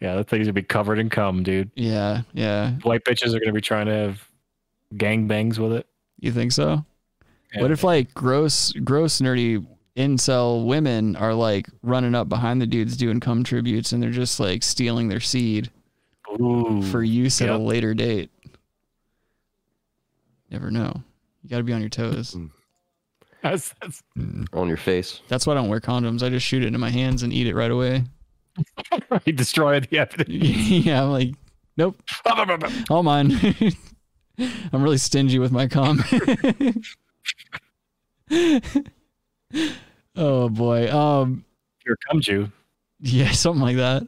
yeah, that thing's gonna be covered in cum, dude. Yeah, yeah. White bitches are gonna be trying to have gangbangs with it. You think so? What if like gross, gross, nerdy incel women are like running up behind the dudes doing cum tributes, and they're just like stealing their seed for use at a yep. later date? Never know. You got to be on your toes. That's, that's On your face. That's why I don't wear condoms. I just shoot it into my hands and eat it right away. he destroyed the evidence. yeah, I'm like, nope. All Oh, mine. I'm really stingy with my cum. oh boy. Um Here comes you. Yeah, something like that.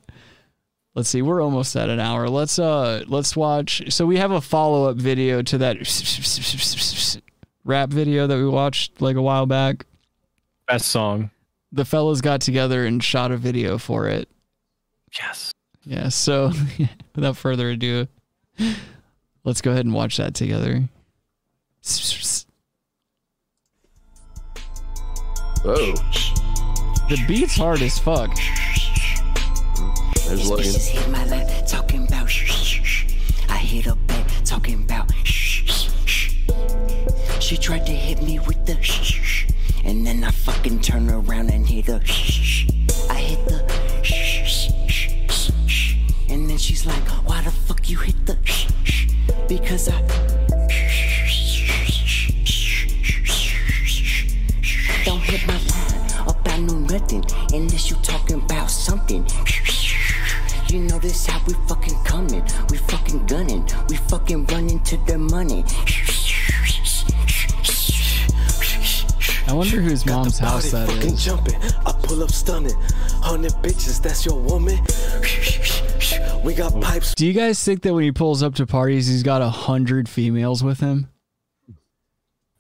Let's see. We're almost at an hour. Let's uh let's watch. So we have a follow-up video to that rap video that we watched like a while back. Best song. The fellas got together and shot a video for it. Yes. Yeah, so without further ado, let's go ahead and watch that together. Oh. The beat's hard as fuck. There's Logan. Bitches hit my line, talking about shh, shh, shh. I hit her back, talking about shh, shh, shh. She tried to hit me with the shh, shh, shh. And then I fucking turn around and hit her shh, shh, shh. I hit the shh, shh, shh, shh, shh. And then she's like, why the fuck you hit the shh, shh? Because I don't hit my line about no nothing unless you talking about something. You know this how we fucking coming, we fucking gunning, we fucking running to the money. I wonder whose mom's house that fucking is. jumping. I pull up stunning. Hundred bitches, that's your woman. We got pipes. Do you guys think that when he pulls up to parties, he's got a hundred females with him?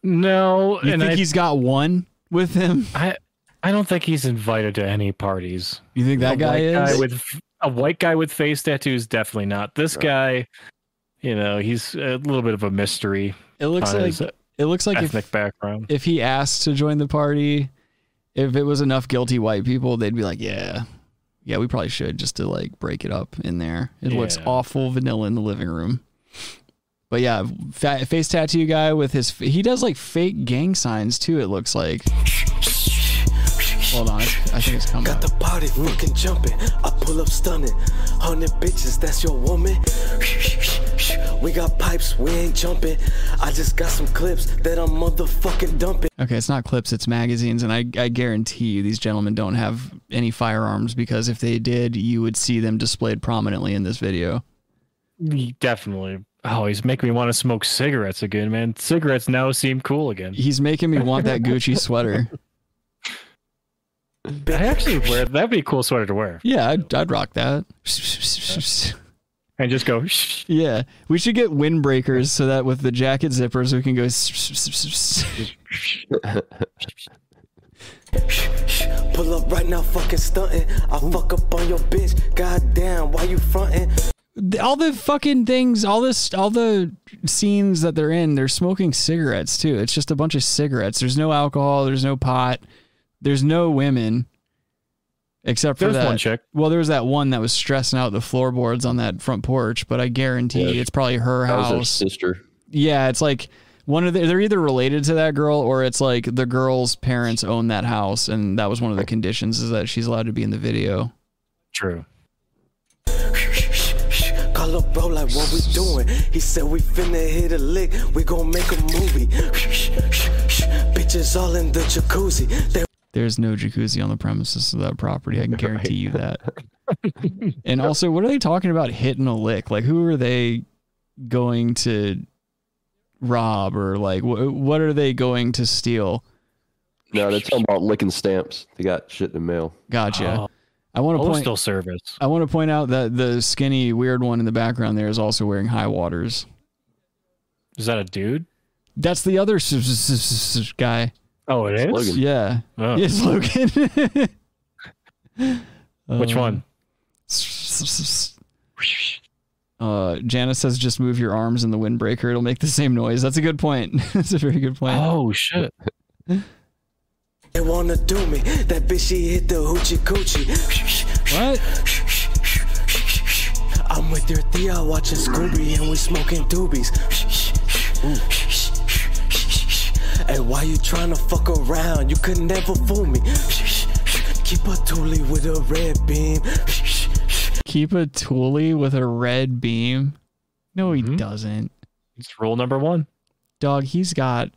No, You think he's got one with him? I I don't think he's invited to any parties. You think that a guy white is? guy with a white guy with face tattoos? Definitely not. This guy, you know, he's a little bit of a mystery. It looks on like his uh, it looks like ethnic if, background. if he asked to join the party, if it was enough guilty white people, they'd be like, yeah, yeah, we probably should just to like break it up in there. It looks Yeah. awful vanilla in the living room. But yeah, fat, face tattoo guy with his he does like fake gang signs too. It looks like. Hold on, I think it's coming. Got the party fucking jumping. I pull up stunning. Hundred bitches, that's your woman. We got pipes, we ain't jumping. I just got some clips that I'm motherfucking dumping. Okay, it's not clips, it's magazines, and I, I guarantee you these gentlemen don't have any firearms because if they did, you would see them displayed prominently in this video. He definitely. Oh, he's making me want to smoke cigarettes again, man. Cigarettes now seem cool again. He's making me want that Gucci sweater. I actually wear that'd be a cool sweater to wear. Yeah, I'd, I'd rock that. And just go. Yeah, we should get windbreakers so that with the jacket zippers we can go. Pull up right now, fucking stunting. I fuck up on your bitch. Goddamn, why you fronting? all the fucking things, all this, all the scenes that they're in, they're smoking cigarettes too. It's just a bunch of cigarettes. There's no alcohol. There's no pot. There's no women, except for There's that one chick. Well, there was that one that was stressing out the floorboards on that front porch, but I guarantee it's probably her That was her house. sister. Yeah, it's like one of the, they're either related to that girl or it's like the girl's parents own that house, and that was one of the conditions is that she's allowed to be in the video. True. Call up bro like what we doing. He said we finna hit a lick. We gon' make a movie. Bitches all in the jacuzzi. They There's no jacuzzi on the premises of that property. I can guarantee you that. and also, what are they talking about hitting a lick? Like, who are they going to rob or like wh- what are they going to steal? No, they're talking about licking stamps. They got shit in the mail. Gotcha. Oh. I want to point. Postal service. I want to point out that the skinny weird one in the background there is also wearing high waters. Is that a dude? That's the other s- s- s- s- guy. Oh, it is? Logan. Yeah. Oh. Yes, Logan. Which Um, one? Uh, Janice says just move your arms in the windbreaker. It'll make the same noise. That's a good point. That's a very good point. Oh, shit. They wanna do me. That bitch she hit the hoochie coochie. What? I'm with your Thea watching Scooby and we smoking doobies. Hey, why you tryna fuck around? You could never fool me. Keep a toolie with a red beam. Keep a toolie with a red beam. No, Mm-hmm. he doesn't. It's rule number one. Dog, he's got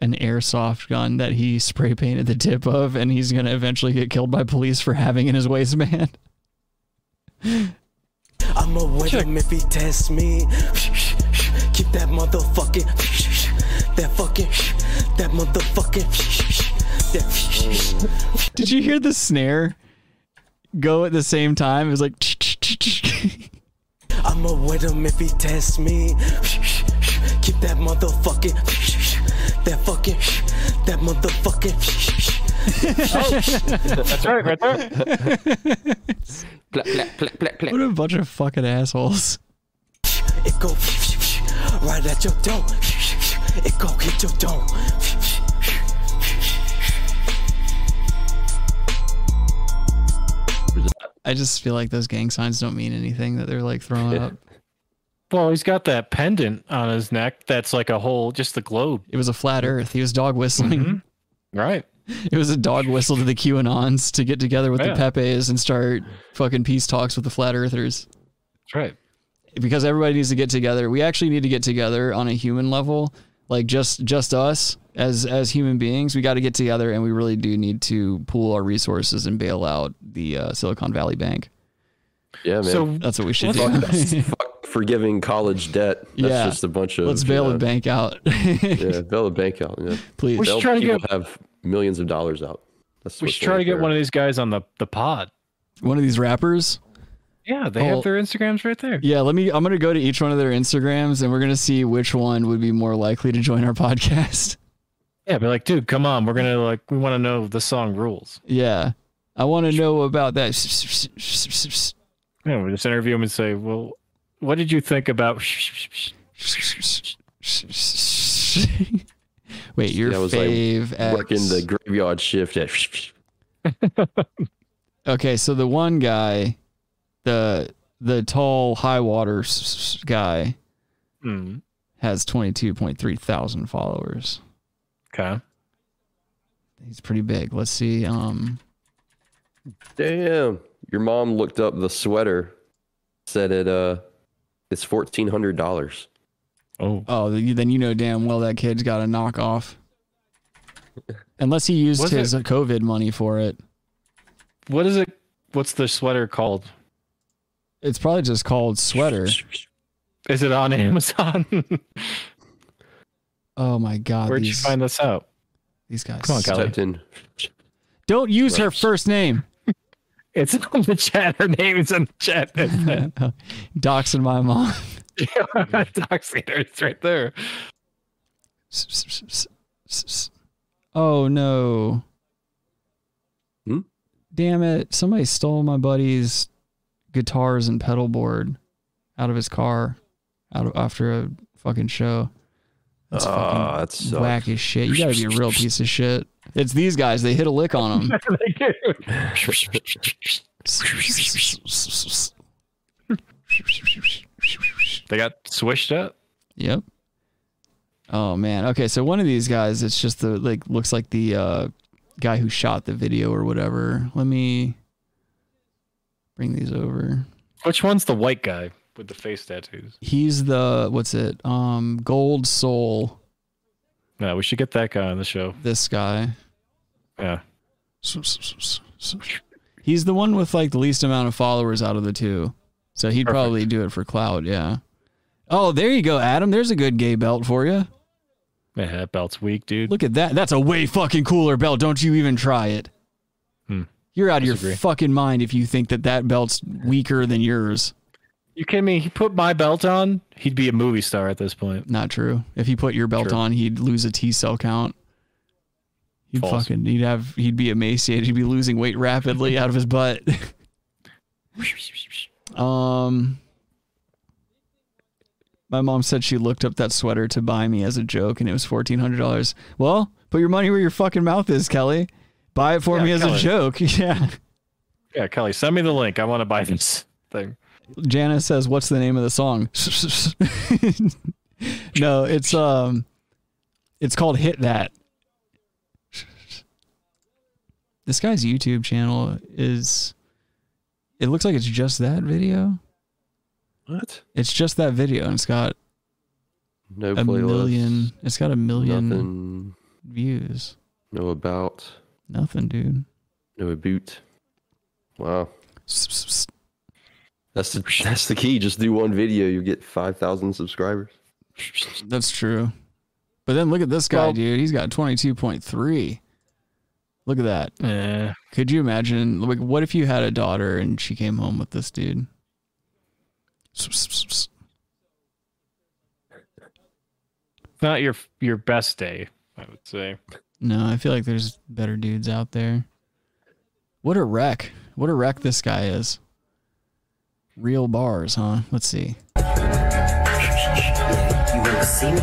an airsoft gun that he spray painted the tip of, and he's gonna eventually get killed by police for having in his waistband. I'ma win him if he tests me. Keep that motherfucking, that fucking, that motherfucking, that. Did you hear the snare go at the same time? It was like I'ma wet him if he tests me. Keep that motherfucking, that fucking, that motherfucking. That's right, right there. Plap, plap, plap, plap, plap. What a bunch of fucking assholes. It go right at your dome. It go hit your dome. I just feel like those gang signs don't mean anything that they're like throwing up. Well, he's got that pendant on his neck that's like a whole, just the globe. It was a flat earth. He was dog whistling. Right. It was a dog whistle to the QAnons to get together with the Yeah. Pepes and start fucking peace talks with the flat earthers. That's right. Because everybody needs to get together. We actually need to get together on a human level, like just just us as as human beings. We got to get together, and we really do need to pool our resources and bail out the uh, Silicon Valley Bank. Yeah, man. So- That's what we should Fuck do. that- fuck forgiving college debt. That's Yeah. just a bunch of. Let's bail the you know, bank out. yeah, bail the bank out. Yeah. Please. We should bail try to people get- have millions of dollars out. That's We what's should try to only get fair. one of these guys on the, the pod. One of these rappers. Yeah, they have Oh. their Instagrams right there. Yeah, let me. I'm gonna go to each one of their Instagrams, and we're gonna see which one would be more likely to join our podcast. Yeah, be like, dude, come on, we're gonna like, we want to know the song rules. Yeah, I want to know about that. Yeah, we just interview them and say, well, what did you think about? Wait, your I was fave like ex. working the graveyard shift at. Okay, so the one guy, the the tall high water s- s- guy, Hmm. has 22.3 thousand followers. Okay, he's pretty big. Let's see. Um, Damn, your mom looked up the sweater, said it. Uh, it's fourteen hundred dollars. Oh. Oh, then you- then you know damn well that kid's got a knockoff. Unless he used Was his uh, it- COVID money for it. What is it? What's the sweater called? It's probably just called sweater. Is it on Amazon? Oh my god. Where'd you these- find this out? These guys. Come on, Kelly. Typed in Don't use her first name. It's on the chat. Her name is on the chat. Doxing my mom. Doxator, it's right there. Oh no. Hmm? Damn it. Somebody stole my buddy's guitars and pedal board out of his car out of, after a fucking show. That's Ah, that fucking sucks. whack as shit. You gotta be a real piece of shit. It's these guys. They hit a lick on them. They got swished up. Yep. Oh man. Okay, so one of these guys, it's just the like looks like the uh guy who shot the video or whatever. Let me bring these over. Which one's the white guy with the face tattoos? He's the what's it? Um Gold Soul, No, we should get that guy on the show. this guy. Yeah. He's the one with like the least amount of followers out of the two. So he'd Perfect. probably do it for clout, yeah. Oh, there you go, Adam. There's a good gay belt for you. Man, that belt's weak, dude. Look at that. That's a way fucking cooler belt. Don't you even try it. Hmm. You're out of your Disagree. fucking mind if you think that that belt's weaker than yours. You kidding me? He put my belt on. He'd be a movie star at this point. Not true. If he put your belt True. on, he'd lose a T cell count. He'd False. fucking he'd have he'd be emaciated. He'd be losing weight rapidly out of his butt. um My mom said she looked up that sweater to buy me as a joke and it was $1400. Well, put your money where your fucking mouth is, Kelly. Buy it for Yeah, me as Kelly. a joke. Yeah. Yeah, Kelly, send me the link. I want to buy this thing. Janice says, "What's the name of the song?" no, it's um, it's called "Hit That." This guy's YouTube channel is. It looks like it's just that video. What? It's just that video, and it's got no a playlist. million. It's got a million Nothing. views. No about. Nothing, dude. No boot. Wow. That's the that's the key. Just do one video, you get five thousand subscribers. That's true. But then look at this guy, dude. He's got 22.3. Look at that. Could you imagine? Like, what if you had a daughter and she came home with this dude? Not your your best day, I would say. No, I feel like there's better dudes out there. What a wreck. What a wreck this guy is. Real bars, huh? Let's see. You ever seen it?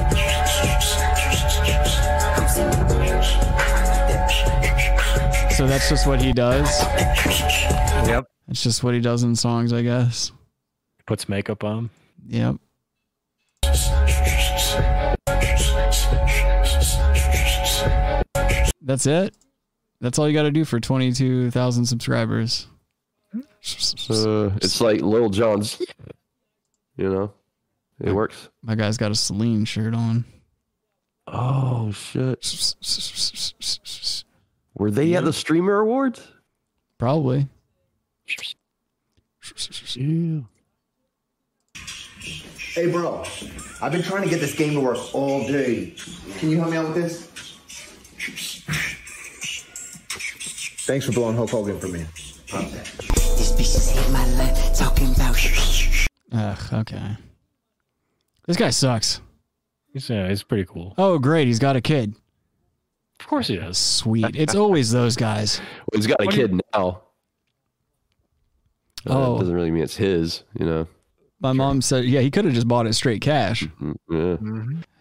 I'm seeing So that's just what he does. Yep. That's just what he does in songs, I guess. Puts makeup on. Yep. That's it. That's all you got to do for 22,000 subscribers. Uh, it's like Lil John's. You know, it works. My guy's got a Celine shirt on. Oh shit! Were they at the streamer awards? Probably. Hey, bro, I've been trying to get this game to work all day. Can you help me out with this? Thanks for blowing Hulk Hogan for me. These bitches hate my life, talking about Ugh, okay. This guy sucks. He's, yeah, he's pretty cool. Oh, great. He's got a kid. Of course he does. Sweet. It's always those guys. Well, he's got a What do you- kid now. Uh, Oh. It doesn't really mean it's his, you know. My mom said, yeah, he could have just bought it straight cash. Mm,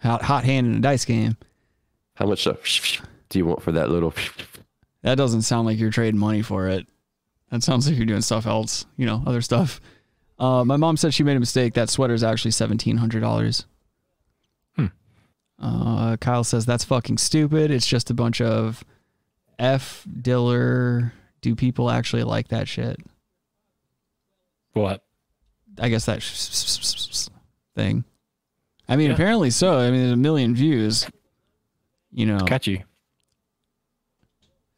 Yeah. Hot, hot hand in a dice game. How much uh, do you want for that little? That doesn't sound like you're trading money for it. That sounds like you're doing stuff else, you know, other stuff. Uh, my mom said she made a mistake. That sweater is actually seventeen hundred dollars. Hmm. Uh, Kyle says that's fucking stupid. It's just a bunch of f diller. Do people actually like that shit? What? I guess that thing. I mean, apparently so. I mean, there's a million views. You know, catchy.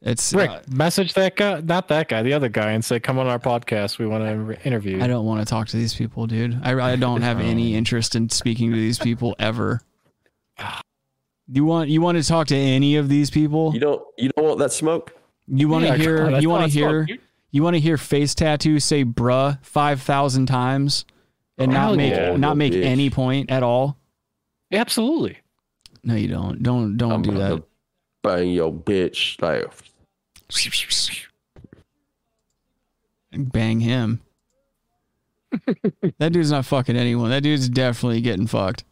It's uh, Rick. message that guy, not that guy, the other guy, and say, "Come on our podcast. We want to interview." you." I don't want to talk to these people, dude. I, I don't have any interest in speaking to these people ever. You want you want to talk to any of these people? You don't. You don't want that smoke. You want to Yeah, hear God, that's you want not to hear smoke, dude. you want to hear face tattoo say bruh 5000 times and not Hell make yeah. not make Bitch. any point at all? Absolutely. No, you don't. Don't don't do that. Bang your bitch. Like, Bang him. that dude's not fucking anyone. That dude's definitely getting fucked.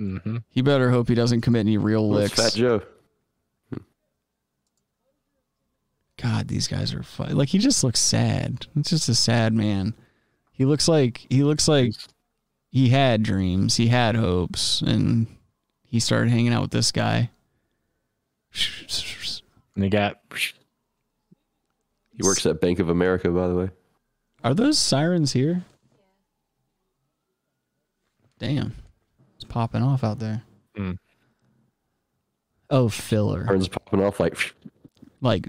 Mm-hmm. He better hope he doesn't commit any real That's licks. Fat Joe. God, these guys are fu- like he just looks sad. It's just a sad man. He looks like he looks like he had dreams, he had hopes, and he started hanging out with this guy. And he got. He works at Bank of America, by the way. Are those sirens here? Damn, it's popping off out there. Mm. Oh, filler. Turns popping off like. like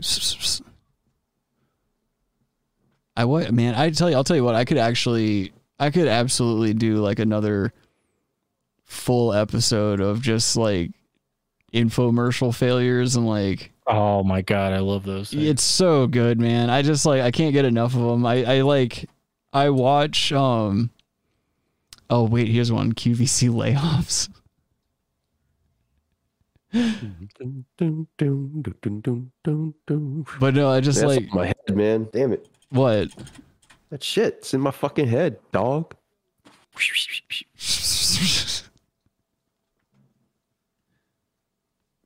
I what man I tell you I'll tell you what I could actually I could absolutely do like another full episode of just like infomercial failures and like Oh my god, I love those. it's so good man I just like I can't get enough of them I I like I watch um oh wait here's one QVC layoffs But no, I just That's like- on my head, man. Damn it. What? That shit's in my fucking head, dog.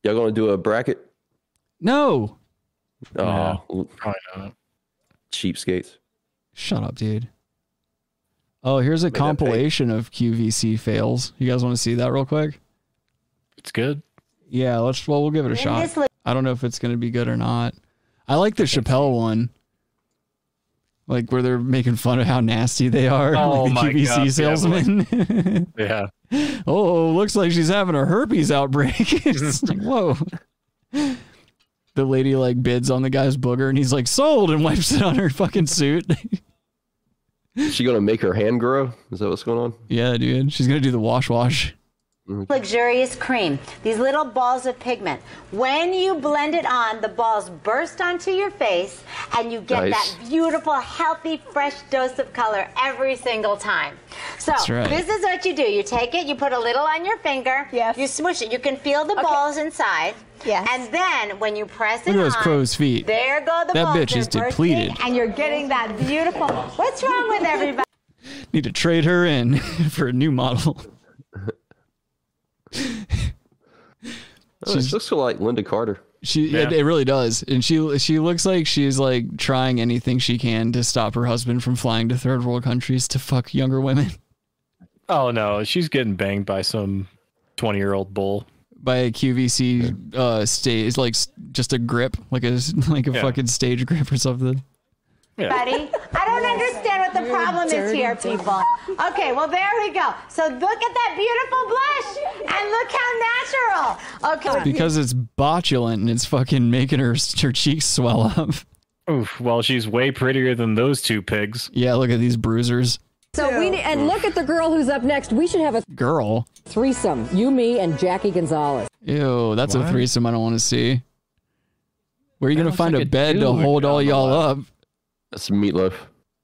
Y'all gonna do a bracket? no Oh, probably not. Cheapskates. Shut up, dude. Oh, here's a Made that compilation of QVC fails. You guys want to see that real quick? It's good. Yeah, let's. Well, we'll give it a shot. this look- I don't know if it's gonna be good or not. I like the Chappelle one, like where they're making fun of how nasty they are. Oh like the my QVC God, yeah, salesman. Yeah. oh, looks like she's having a herpes outbreak. It's like, whoa. The lady like bids on the guy's booger, and he's like sold, and wipes it on her fucking suit. Is she gonna make her hand grow? Is that what's going on? yeah, dude, she's gonna do the wash wash. Luxurious cream. These little balls of pigment. When you blend it on, the balls burst onto your face and you get Nice. that beautiful, healthy, fresh dose of color every single time. So, That's right. this is what you do. You take it, you put a little on your finger, yes. you smush it. You can feel the balls inside. Yes. And then when you press Look it at those on, crow's feet. There go the That balls. bitch They're is bursting, depleted. And you're getting that beautiful. What's wrong with everybody? Need to trade her in for a new model. Oh, this looks like Linda Carter. She it, it really does, and she she looks like she's like trying anything she can to stop her husband from flying to third world countries to fuck younger women Oh no, she's getting banged by some twenty-year-old bull. by a QVC uh stage like s- just a grip like a like a Yeah. fucking stage grip or something. buddy. I don't understand what the problem is dirty, here, dirty. people. Okay, well, there we go. So look at that beautiful blush and look how natural. Okay. Because it's botulent and it's fucking making her her cheeks swell up. Oof. Well, she's way prettier than those two pigs. Yeah, look at these bruisers. So we need, and look at the girl who's up next. We should have a Girl, threesome. You, me, and Jackie Gonzalez. ew, that's a What? threesome I don't want to see. Where are you gonna find a bed to dude hold all y'all up? That's meatloaf.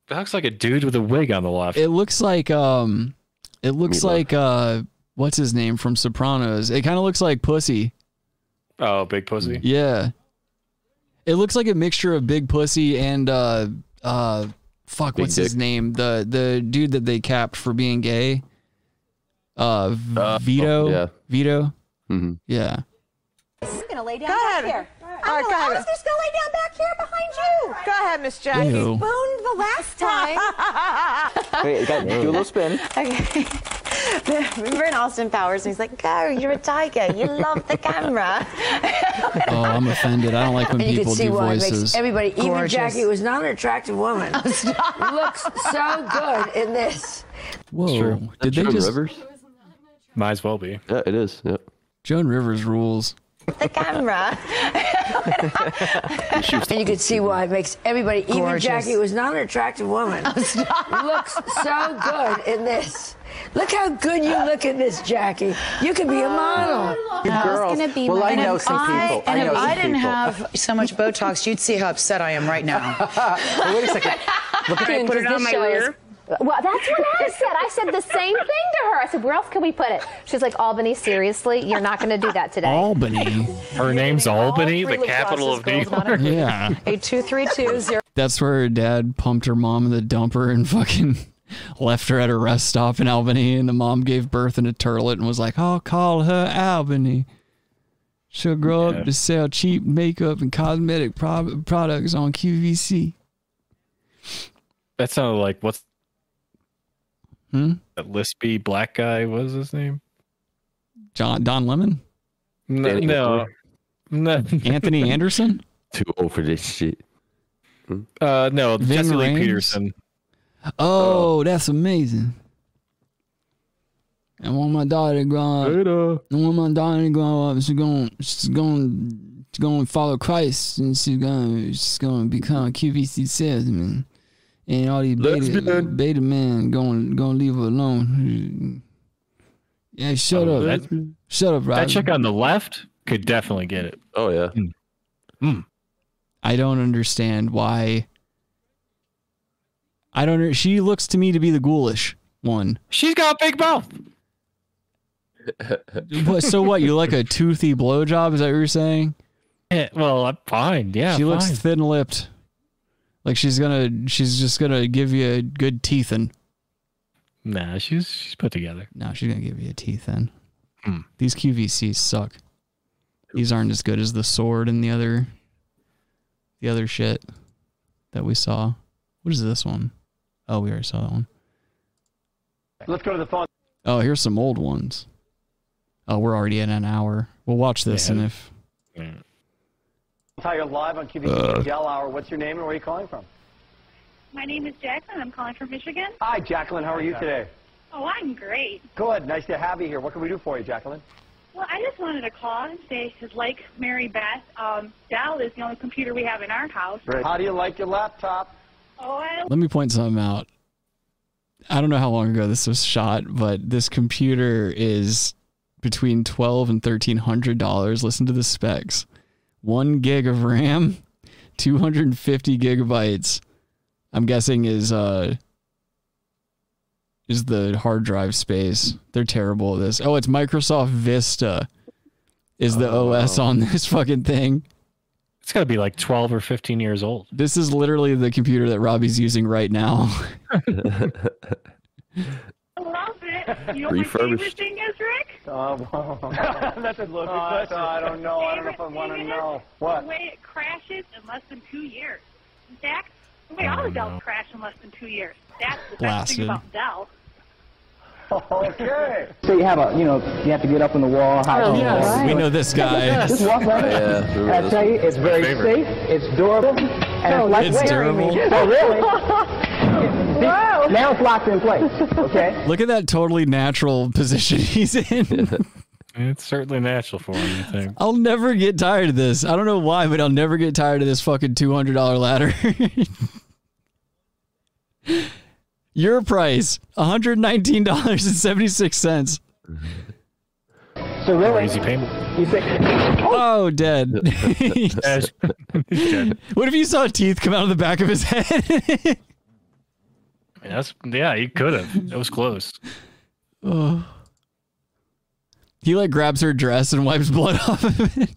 That looks like a dude with a wig on the left. It looks like um, it looks Meatloaf. like uh, what's his name from Sopranos? It kind of looks like Pussy. Oh, big Mm. pussy. Yeah, it looks like a mixture of Big Pussy and uh, uh, fuck, Big what's his Dick. name? The the dude that they capped for being gay. Uh, V- Vito. yeah. Vito. Yeah. You're gonna lay down back here. I, will, I was just gonna lay down back here behind you. Go ahead, Miss Jackie. Ew. Spooned the last time. Wait, got, do a little spin. okay. Remember in Austin Powers, and he's like, "Go, you're a tiger. You love the camera." Oh, I'm offended. I don't like when and you people can see do why it voices. makes everybody, even Gorgeous. Jackie, who's not an attractive woman, looks so good in this. Whoa! Did they Joan just Rivers? Might as well be. Yeah, it is. Yep. Joan Rivers rules. the camera. and you can see why it makes everybody, even Gorgeous. Jackie, who's not an attractive woman, looks so good in this. Look how good you look in this, Jackie. You could be a model. well, I know some I- people. I and if know I some didn't people. have so much Botox, you'd see how upset I am right now. wait a second. Look at Can I put it on my rear? Well, that's what I said. I said the same thing to her. I said, where else can we put it? She's like, Albany, seriously, you're not going to do that today. Albany. Her name's Albany, three the lip capital of New York. Yeah. A two three two zero. That's where her dad pumped her mom in the dumper and fucking left her at a rest stop in Albany. And the mom gave birth in a turlet and was like, I'll call her Albany. She'll grow Yeah. up to sell cheap makeup and cosmetic prob- products on QVC. That sounded like what's Hmm? that lispy black guy? What was his name? John Don Lemon? No, Danny no, no. Anthony Anderson? Too old for this shit. Uh, no, Ving Jesse Lee Rhames? Peterson. Oh, that's amazing. I want my daughter to grow up. I want my daughter to grow up. She's going, she's going, she's going to follow Christ, and she's going, she's going to become a QVC salesman. And all these beta, Lesbian. beta men going, going to leave her alone. Yeah, shut Oh, up, that- shut up, Rob. That chick on the left could definitely get it. Oh yeah. I don't understand why. I don't. She looks to me to be the ghoulish one. She's got a big mouth. But so what? You like a toothy blowjob? Is that what you're saying? Yeah, Eh, well, I'm fine. Yeah, she looks fine. thin-lipped. Like she's gonna, she's just gonna give you a good teething. Nah, she's she's put together. No, she's gonna give you a teething. These QVCs suck. These aren't as good as the sword and the other, the other shit that we saw. What is this one? Oh, we already saw that one. Let's go to the phone. Oh, here's some old ones. Oh, we're already in an hour. We'll watch this, Yeah. and if Hi, you're live on QVC Uh. Yell Hour. What's your name and where are you calling from? My name is Jacqueline. I'm calling from Michigan. Hi, Jacqueline. How are you today? Oh, I'm great. Good. Nice to have you here. What can we do for you, Jacqueline? Well, I just wanted to call and say, 'cause like Mary Beth, um, Dell is the only computer we have in our house. How do you like your laptop? Oh, I let me point something out. I don't know how long ago this was shot, but this computer is between twelve and thirteen hundred dollars. Listen to the specs: one gig of RAM, two hundred and fifty gigabytes. I'm guessing is uh is the hard drive space. They're terrible at this. Oh, it's Microsoft Vista is the OS on this fucking thing. It's got to be like 12 or 15 years old. This is literally the computer that Robbie's using right now. love it. You know what my favorite Refurbished. thing is, Rick? That's a lovely question. Uh, I don't know. I don't know if I want to know. What? The way it crashes in less than two years. In fact, the way all the Dells crash in less than two years. That's the best Blasted. thing about Dell. Okay. So you have a, you know, you have to get up on the wall. hide Oh, on the yes. wall. We know this guy. Just walk right up. Yeah, remember And I this tell you, one. it's very Favorite. safe, it's durable, and Oh, it's lightweight. It's durable. Oh, really? wow. Now it's locked in place, okay? Look at that totally natural position he's in. It's certainly natural for him, I think. I'll never get tired of this. I don't know why, but I'll never get tired of this fucking two hundred dollar ladder. Your price, one hundred nineteen dollars and seventy six cents. So really, Easy payment. you think, Oh, dead. what if you saw teeth come out of the back of his head? mean, that's yeah, he could have. It was close. Oh. He like grabs her dress and wipes blood off of it.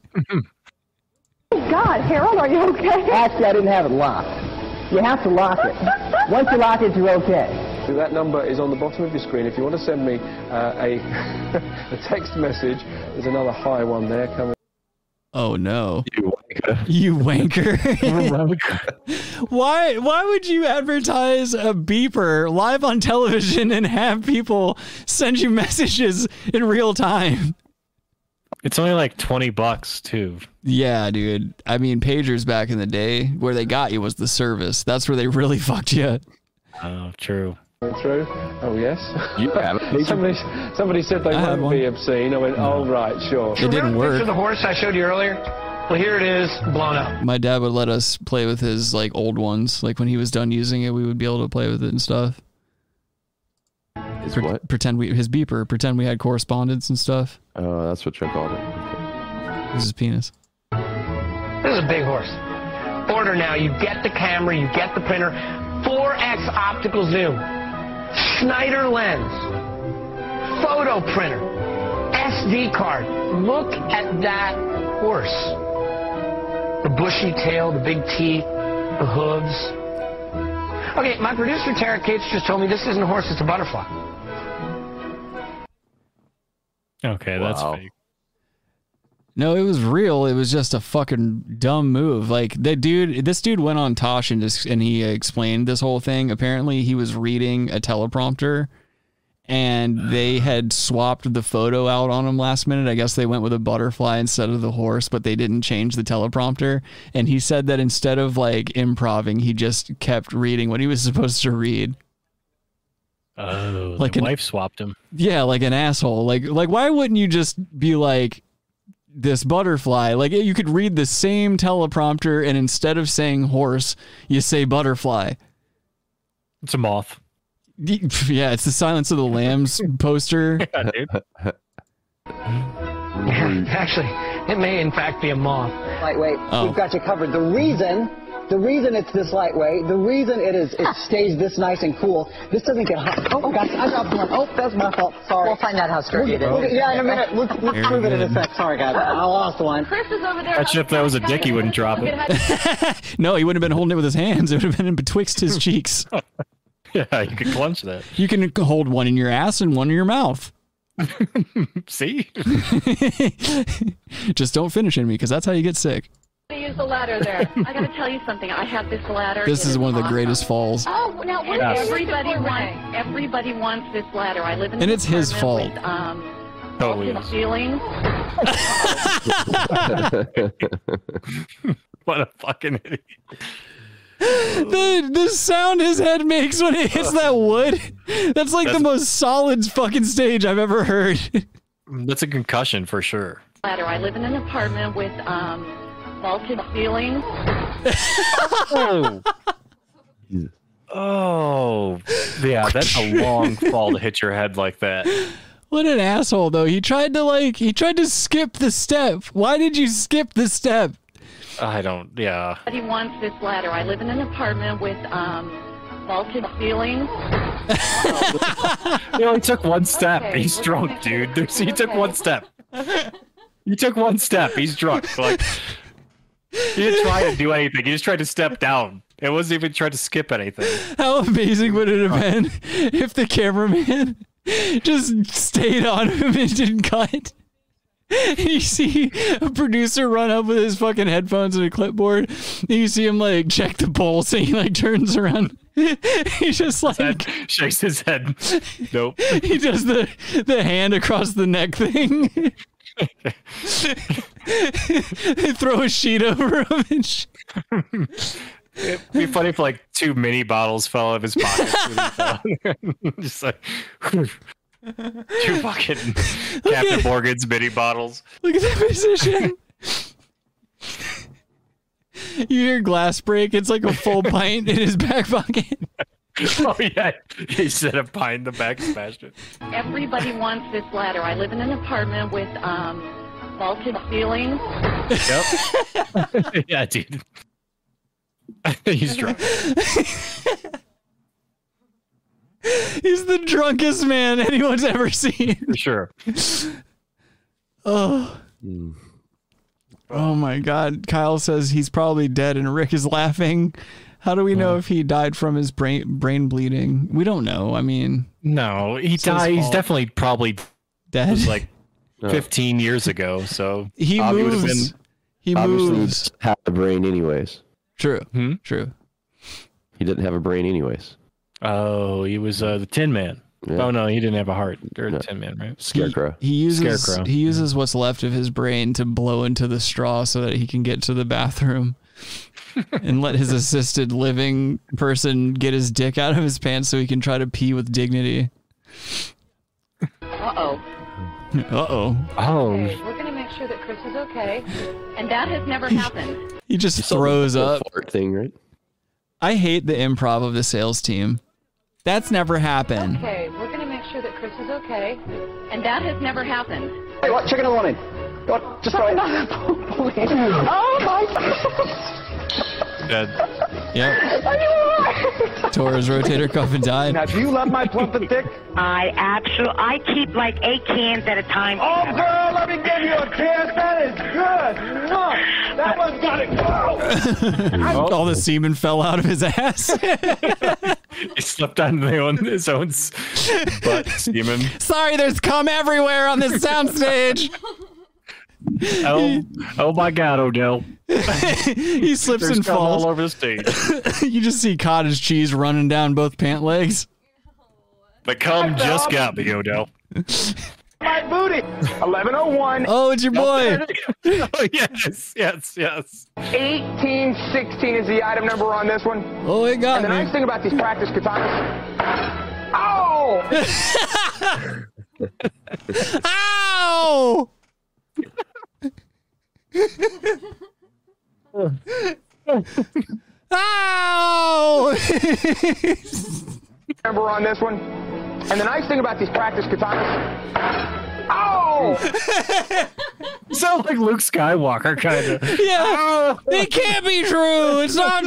God, Harold, are you okay? Actually, I didn't have it locked. You have to lock it. Once you lock it, you're okay. That number is on the bottom of your screen. If you want to send me uh, a, a text message, there's another high one there coming. Oh no. You wanker. You wanker. why why would you advertise a beeper live on television and have people send you messages in real time? It's only like twenty bucks too. Yeah, dude. I mean pagers back in the day where they got you was the service. That's where they really fucked you. Oh, true. Through? Oh yes. You have it. somebody, somebody said they I had won't be obscene. I went, oh right, sure. It didn't work. Picture of the horse I showed you earlier. Well, here it is, blown up. My dad would let us play with his like old ones. Like when he was done using it, we would be able to play with it and stuff. It's what? Pretend we his beeper, pretend we had correspondence and stuff. Oh, that's what you called it. This is penis. This is a big horse. Order now. You get the camera, you get the printer. 4X optical zoom, Schneider lens, photo printer, SD card. Look at that horse. The bushy tail, the big teeth, the hooves. Okay, my producer Tara Cates just told me this isn't a horse, it's a butterfly. Okay, that's fake. No, it was real. It was just a fucking dumb move. Like that dude, this dude went on Tosh and just and he explained this whole thing. Apparently, he was reading a teleprompter, and they had swapped the photo out on him last minute. I guess they went with a butterfly instead of the horse, but they didn't change the teleprompter. And he said that instead of like improving, he just kept reading what he was supposed to read. Oh, Like like the an- wife swapped him. Yeah, like an asshole. Like like why wouldn't you just be like this butterfly? Like you could read the same teleprompter and instead of saying horse, you say butterfly. It's a moth. Yeah, it's the Silence of the Lambs poster. Actually, it may in fact be a moth. Lightweight. Oh. We've got you covered. The reason, the reason it's this lightweight, the reason it is, it stays this nice and cool. This doesn't get hot. Oh, gosh, I dropped one. Oh, that's my fault. Sorry. We'll find out how sturdy it is. Yeah, in a minute. We'll, we'll Very prove it in a good. sec. Sorry, guys. I lost one. Chris is over there. That's if that was a dick, he wouldn't drop it. no, he wouldn't have been holding it with his hands. It would have been in betwixt his cheeks. Yeah, you could clench that. You can hold one in your ass and one in your mouth. See? Just don't finish in me because that's how you get sick. to use the ladder there. I gotta tell you something. I have this ladder. This It is one of the awesome. greatest falls. Oh, now what Yes. if everybody wants everybody wants this ladder. I live in And this it's his apartment with, um, Totally. ceilings. what a fucking idiot. the the sound his head makes when it hits that wood. That's like the That's- most solid fucking stage I've ever heard. That's a concussion for sure. ladder. I live in an apartment with um, vaulted ceilings. Oh. oh. Yeah, that's a long fall to hit your head like that. What an asshole though. He tried to like he tried to skip the step. Why did you skip the step? I don't, yeah. Everybody wants this ladder. I live in an apartment with um, vaulted ceilings. He only took one step. Okay, He's we're drunk, dude. There's, he took one step. He took one step. He's drunk. Like, he didn't try to do anything. He just tried to step down. It wasn't even trying to skip anything. How amazing would it have been if the cameraman just stayed on him and didn't cut? You see a producer run up with his fucking headphones and a clipboard, and you see him like check the pulse, and he like turns around. He's just like shakes his head. Nope. he does the the hand across the neck thing. they throw a sheet over him and sh- It'd be funny if like two mini bottles fell out of his pocket. Just like two fucking Captain Morgan's mini bottles. Look at that position. you hear glass break. It's like a full pint in his back pocket. oh yeah, he set a pie in the back, smashed it. Everybody wants this ladder. I live in an apartment with um, vaulted ceilings. Yep. yeah, dude. He's drunk. He's the drunkest man anyone's ever seen. Sure. Oh. Oh my God. Kyle says he's probably dead and Rick is laughing. How do we know if he died from his brain brain bleeding? We don't know. I mean, no, he It's his died. He's fault. definitely probably dead. Was like 15 years ago. So He Obvi would've moves. He Obviously, moves. Hmm? he had a brain anyways. True. True. He didn't have a brain anyways. Oh, he was uh, the Tin Man. Yeah. Oh no, he didn't have a heart. Or the Tin Man, right? Scarecrow. He uses Scarecrow. he uses what's left of his brain to blow into the straw so that he can get to the bathroom and let his assisted living person get his dick out of his pants so he can try to pee with dignity. Uh oh. Uh-oh. Oh. We're going to make sure that Chris is okay. And that has never happened. He just saw the throws whole up. Fart thing, right? I hate the improv of the sales team. That's never happened. Okay, we're going to make sure that Chris is okay. And that has never happened. Hey, what? Chicken and running. What? Just right. Oh my Dead. Yep. Tore his rotator cuff and died. Now, do you love my plumping dick? I absolutely, I keep like eight cans at a time. Oh, girl, let me give you a kiss. That is good. Mwah. Uh, That one's got it. All the semen fell out of his ass. He slept on the own, his own s- butt semen. Sorry, there's cum everywhere on this soundstage. Oh, oh my God, Odell. he slips There's and cum falls. all over the stage. you just see cottage cheese running down both pant legs. The cum just got me, Odell. My booty. 1101. Oh, it's your boy. oh, yes, yes, yes. 1816 is the item number on this one. Oh, it got And the me. nice thing about these practice katanas. Oh! Ow! Ow! number on this one. And the nice thing about these practice katanas. Oh! Sounds like Luke Skywalker, kind of. Yeah, it can't be true. It's not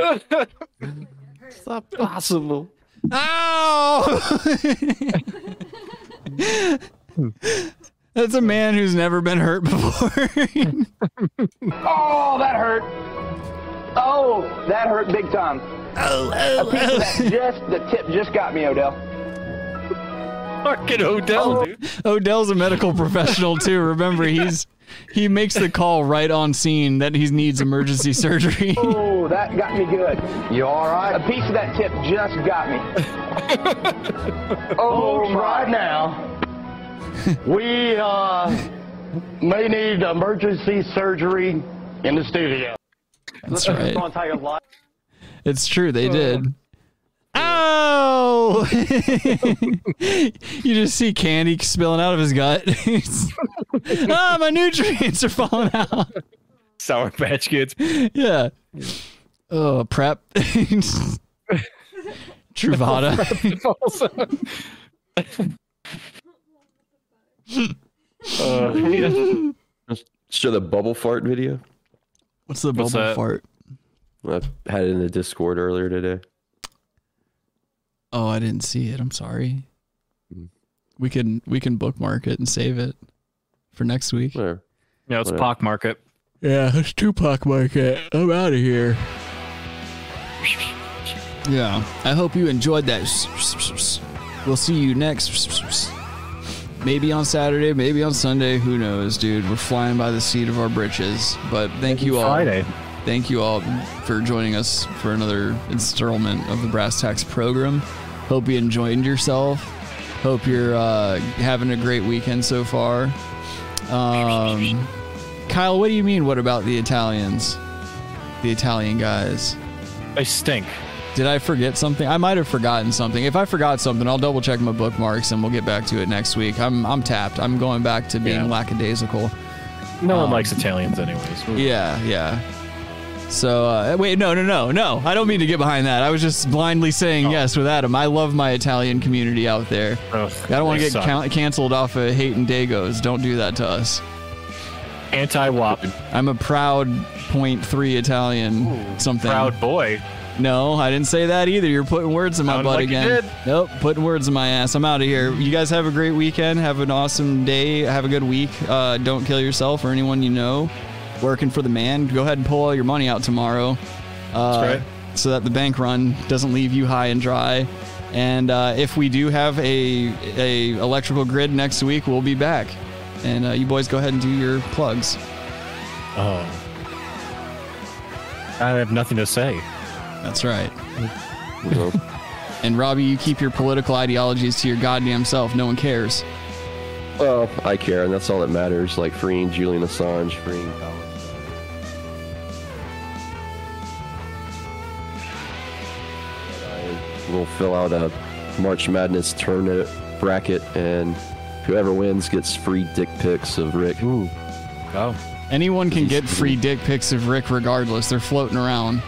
true. It's not possible. Ow! That's a man who's never been hurt before. oh, that hurt. Oh, that hurt big time. Oh, oh, oh. just the tip just got me, Odell. Fucking Odell, dude. Odell's a medical professional too. Remember, he's he makes the call right on scene that he needs emergency surgery. Oh, that got me good. You all right? A piece of that tip just got me. oh, right now. We uh, may need emergency surgery in the studio. That's right. Don't take a lot. It's true, they did. Ow! you just see candy spilling out of his gut. ah, my nutrients are falling out. Sour Patch Kids. Yeah. Oh, prep. Truvada. Show the bubble fart video. What's the What's bubble that? fart? I had it in the Discord earlier today. Oh, I didn't see it. I'm sorry. We can we can bookmark it and save it for next week. No, it's Whatever. Pock Market. Yeah, it's Tupac Market. I'm out of here. Yeah, I hope you enjoyed that. We'll see you next. Maybe on Saturday, maybe on Sunday. Who knows, dude? We're flying by the seat of our britches. But thank you all. Friday. Thank you all for joining us for another installment of the Brass Tax program. Hope you enjoyed yourself. Hope you're uh, having a great weekend so far. Um, Kyle, what do you mean? What about the Italians? The Italian guys. They stink. Did I forget something? I might have forgotten something. If I forgot something, I'll double check my bookmarks and we'll get back to it next week. I'm I'm tapped. I'm going back to being Yeah. lackadaisical. No one Um, likes Italians, anyways. Yeah, yeah. So uh, wait, no, no, no, no. I don't mean to get behind that. I was just blindly Oh. saying yes with Adam. I love my Italian community out there. I don't want they to get suck. coun canceled off of hate and dagos. Don't do that to us. Anti-WAP. I'm a proud point three Italian something. Proud boy. No, I didn't say that either. You're putting words in my Sounded butt like you again. did. Nope, putting words in my ass. I'm out of here. You guys have a great weekend. Have an awesome day. Have a good week. Uh, don't kill yourself or anyone you know. Working for the man. Go ahead and pull all your money out tomorrow. Uh, That's right. So that the bank run doesn't leave you high and dry. And uh, if we do have a a electrical grid next week, we'll be back. And uh, you boys go ahead and do your plugs. Oh. I have nothing to say. That's right. and Robbie, you keep your political ideologies to your goddamn self. No one cares. Well, I care, and that's all that matters. Like freeing Julian Assange, freeing Palestine. I will fill out a March Madness tournament bracket, and whoever wins gets free dick pics of Rick. Ooh. Oh. Anyone can get free dick pics of Rick regardless. They're floating around.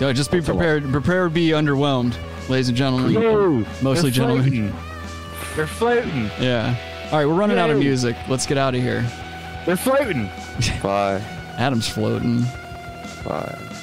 No, just be prepared. Prepare to be underwhelmed, ladies and gentlemen. No, Mostly they're gentlemen. They're floating. Yeah. All right, we're running out of No. music. Let's get out of here. They're floating. Bye. Adam's floating. Bye.